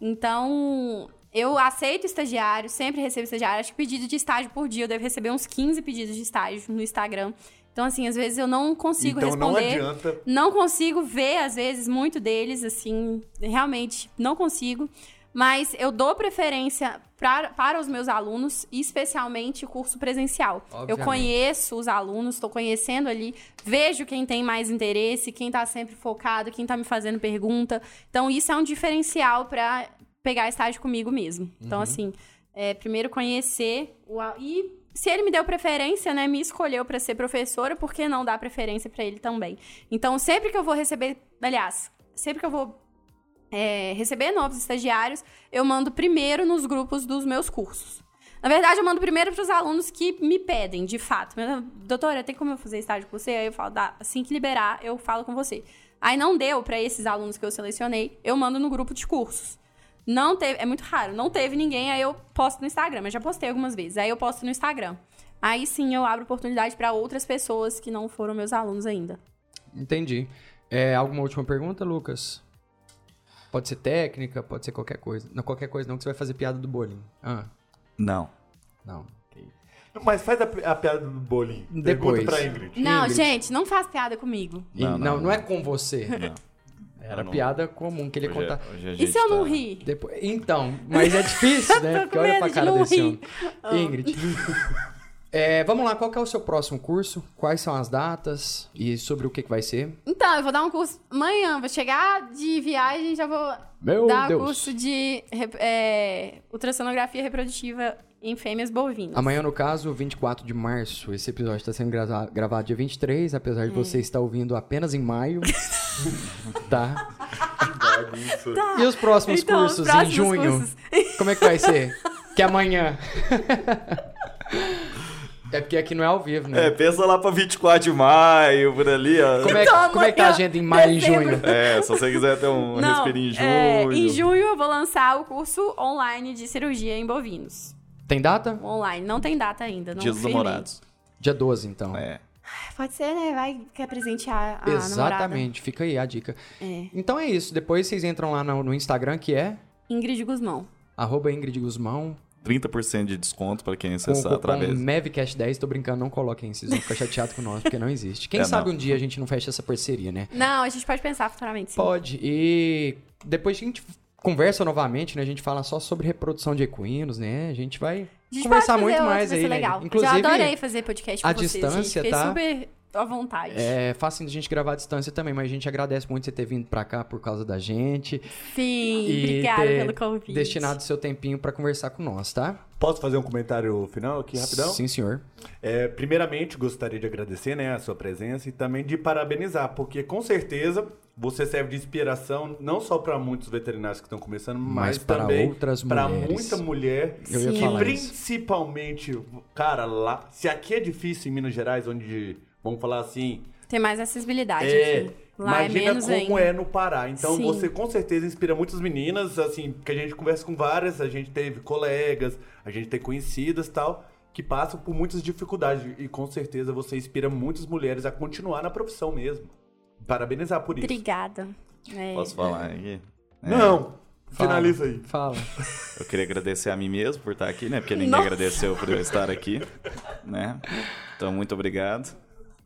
Então, eu aceito estagiário, sempre recebo estagiário. Acho que pedido de estágio por dia, eu devo receber uns 15 pedidos de estágio no Instagram. Então, assim, às vezes eu não consigo
então não
responder.
adianta.
Não consigo ver, às vezes, muito deles, assim, realmente não consigo. Mas eu dou preferência pra, para os meus alunos, e especialmente o curso presencial.
Obviamente.
Eu conheço os alunos, estou conhecendo ali, vejo quem tem mais interesse, quem está sempre focado, quem está me fazendo pergunta. Então, isso é um diferencial para pegar estágio comigo mesmo. Então, assim, é, primeiro conhecer o a- e se ele me deu preferência, né, me escolheu para ser professora, por que não dar preferência para ele também? Então, sempre que eu vou receber, aliás, sempre que eu vou é, receber novos estagiários, eu mando primeiro nos grupos dos meus cursos. Na verdade, eu mando primeiro para os alunos que me pedem, de fato. Mas, Doutora, tem como eu fazer estágio com você? Aí eu falo, "Dá. assim que liberar, eu falo com você. Aí não deu para esses alunos que eu selecionei, eu mando no grupo de cursos. Não teve, é muito raro, não teve ninguém, aí eu posto no Instagram, mas já postei algumas vezes. Aí eu posto no Instagram. Aí sim eu abro oportunidade para outras pessoas que não foram meus alunos ainda.
Entendi. É, alguma última pergunta, Lucas? Pode ser técnica, pode ser qualquer coisa. Não, qualquer coisa não, que você vai fazer piada do bolinho. Ah,
Não.
não.
Mas faz a, a piada do bolinho.
Depois.
Pergunta pra Ingrid.
Não,
Ingrid.
gente, não faz piada comigo.
E-
Não,
não,
não,
não, é com você.
Não.
Era
Eu não-
piada comum que ele ia
Hoje é-
contar.
hoje a
E
gente
se eu não
tá-
rir?
Depois... Então, mas é difícil, né?
Tô
Porque
com
olha
medo
pra
de
cara
não
desse
rir. Ah.
homem. Ingrid. É, vamos lá, qual que é o seu próximo curso? Quais são as datas? E sobre o que, que vai ser?
Então, eu vou dar um curso amanhã, vou chegar de viagem, já vou
Meu
dar
Deus.
curso de rep- é, ultrassonografia reprodutiva em fêmeas bovinas.
Amanhã, no caso, 24 de março. Esse episódio está sendo grava- gravado dia 23, apesar
Hum.
de você estar ouvindo apenas em maio. tá?
Tá.
E os próximos
Então, os
cursos em
próximos
junho?
cursos.
Como é que vai ser? que é amanhã. é porque aqui não é ao vivo, né?
É, pensa lá pra 24 de maio, por ali, ó.
Como, é,
Então,
como é que tá a
amanhã,
agenda em maio e
dezembro.
junho?
É, se você quiser ter um
Não,
respiro em julho.
é, em junho eu vou lançar o curso online de cirurgia em bovinos.
Tem data?
Online, não tem data ainda, não
Dia dos
firmei.
namorados.
Dia 12, então.
É.
Pode ser, né? Vai quer presentear a Ah, namorada.
Exatamente, fica aí a dica.
É.
Então é isso. Depois vocês entram lá no, no Instagram, que é
Ingrid Guzmão.
arroba Ingrid Guzmão.
30% de desconto para quem
Com um o
acessar
cupom
através.
MAVCASH10, tô brincando, não coloquem isso. Vocês vão ficar chateados com nós, porque não existe. Quem
É,
sabe
não.
um dia a gente não fecha essa parceria, né?
Não, a gente pode pensar futuramente, sim.
Pode. E depois a gente conversa novamente, né? A gente fala só sobre reprodução de equinos, né? A gente vai
A gente
conversar
pode fazer
muito
outro,
mais
vai
aí,
ser
né?
legal.
Inclusive,
Já adorei fazer podcast com
à
vocês, gente.
distância,
Fiquei
tá?
super à vontade.
é fácil a gente gravar à distância também, mas a gente agradece muito você ter vindo pra cá por causa da gente.
Sim,
E
obrigada
ter
pelo convite.
Destinado seu tempinho pra conversar com nós, tá?
Posso fazer um comentário final aqui, rapidão?
Sim, senhor.
É, primeiramente, gostaria de agradecer né, a sua presença e também de parabenizar, porque com certeza você serve de inspiração não só para muitos veterinários que estão começando, mas,
Mas para
também
outras
para
mulheres.
muita mulher.
Eu ia
Sim.
Que
falar isso.
principalmente, cara, lá. Se aqui é difícil em Minas Gerais, onde, vamos falar assim,
Tem mais acessibilidade.
é,
enfim. Lá é
imagina
menos
como
ainda.
é no Pará. Então
Sim.
você com certeza inspira muitas meninas, assim, porque a gente conversa com várias, a gente teve colegas, a gente tem conhecidas e tal, que passam por muitas dificuldades. E com certeza você inspira muitas mulheres a continuar na profissão mesmo. Parabenizar por isso.
Obrigada. É.
Posso falar aqui? É,
Não!
Fala,
Finaliza aí.
Fala.
eu queria agradecer a mim mesmo por estar aqui, né? Porque ninguém
Nossa.
agradeceu por eu estar aqui, né? Então, muito obrigado.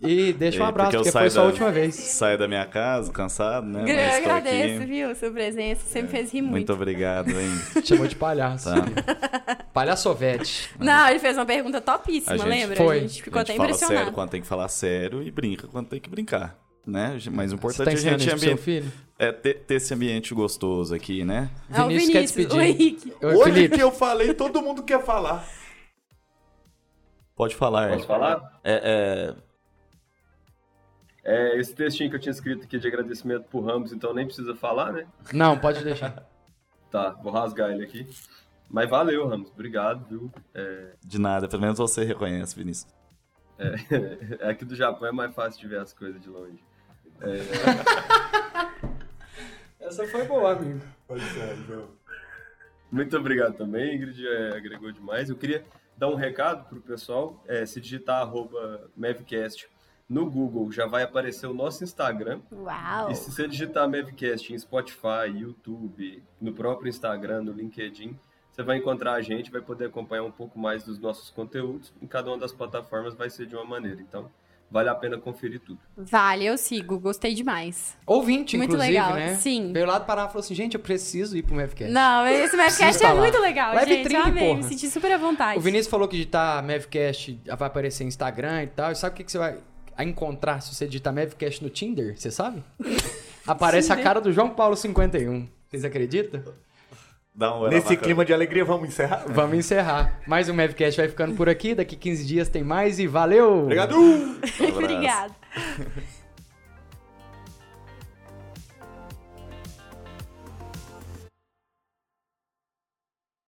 E deixa um
É,
abraço,
porque eu
porque
saio
foi sua
da-
última vez.
Saio da minha casa, cansado, né?
Eu
Mas estou
agradeço,
aqui.
viu? Sua presença. Você me fez rir muito.
É. Muito obrigado, hein?
Chamou de palhaço.
Tá.
Palhaçovete.
Não, ele fez uma pergunta topíssima,
A gente-
lembra?
Foi.
A gente ficou
a gente
até
fala sério
impressionado.
quando tem que falar sério e brinca quando tem que brincar. Né? Mas
Você
o importante
tá
é a
ensinando
gente
isso pro seu
ambi-
filho?
é ter, ter esse ambiente gostoso aqui, né?
É o
Vinícius quer
Vinícius, o
despedir.
Henrique.
Oi,
Hoje
Felipe.
que eu falei, todo mundo quer falar.
Pode falar.
Posso falar?
É, é,
É, esse textinho que eu tinha escrito aqui de agradecimento pro Ramos, então nem precisa falar, né?
Não, pode deixar.
Tá, vou rasgar ele aqui. Mas valeu, Ramos. Obrigado, viu?
de nada, pelo menos você reconhece, Vinícius.
É, aqui do Japão é mais fácil de ver as coisas de longe.
Essa foi boa, amigo.
Muito obrigado também, Ingrid, é, agregou demais. Eu queria dar um recado pro pessoal, é, se digitar arroba Mavcast no Google, já vai aparecer o nosso Instagram.
Uau.
E se você digitar Mavcast em Spotify, YouTube, no próprio Instagram, no LinkedIn, você vai encontrar a gente, vai poder acompanhar um pouco mais dos nossos conteúdos. Em cada uma das plataformas vai ser de uma maneira, então vale a pena conferir tudo.
Vale, eu sigo. Gostei demais.
Ouvinte,
Muito
inclusive,
legal,
né?
sim.
Veio lá do Pará e falou assim, gente, eu preciso ir pro Mavcast.
Não, esse Mavcast é
É. falar.
muito legal,
Live
gente. eu
trinque,
amei, me
porra.
senti super à vontade.
O Vinícius falou que digitar Mavcast vai aparecer em Instagram e tal. E sabe o que, que você vai encontrar se você digitar Mavcast no Tinder? Você sabe? Aparece a
Tinder.
cara do João Paulo 51. Vocês acreditam?
Dá um oi na
Nesse
vaca.
clima de alegria, vamos encerrar?
Vamos encerrar. Mais um Mavcast vai ficando por aqui. Daqui 15 dias tem mais e valeu!
Obrigado!
Um abraço.
Obrigada.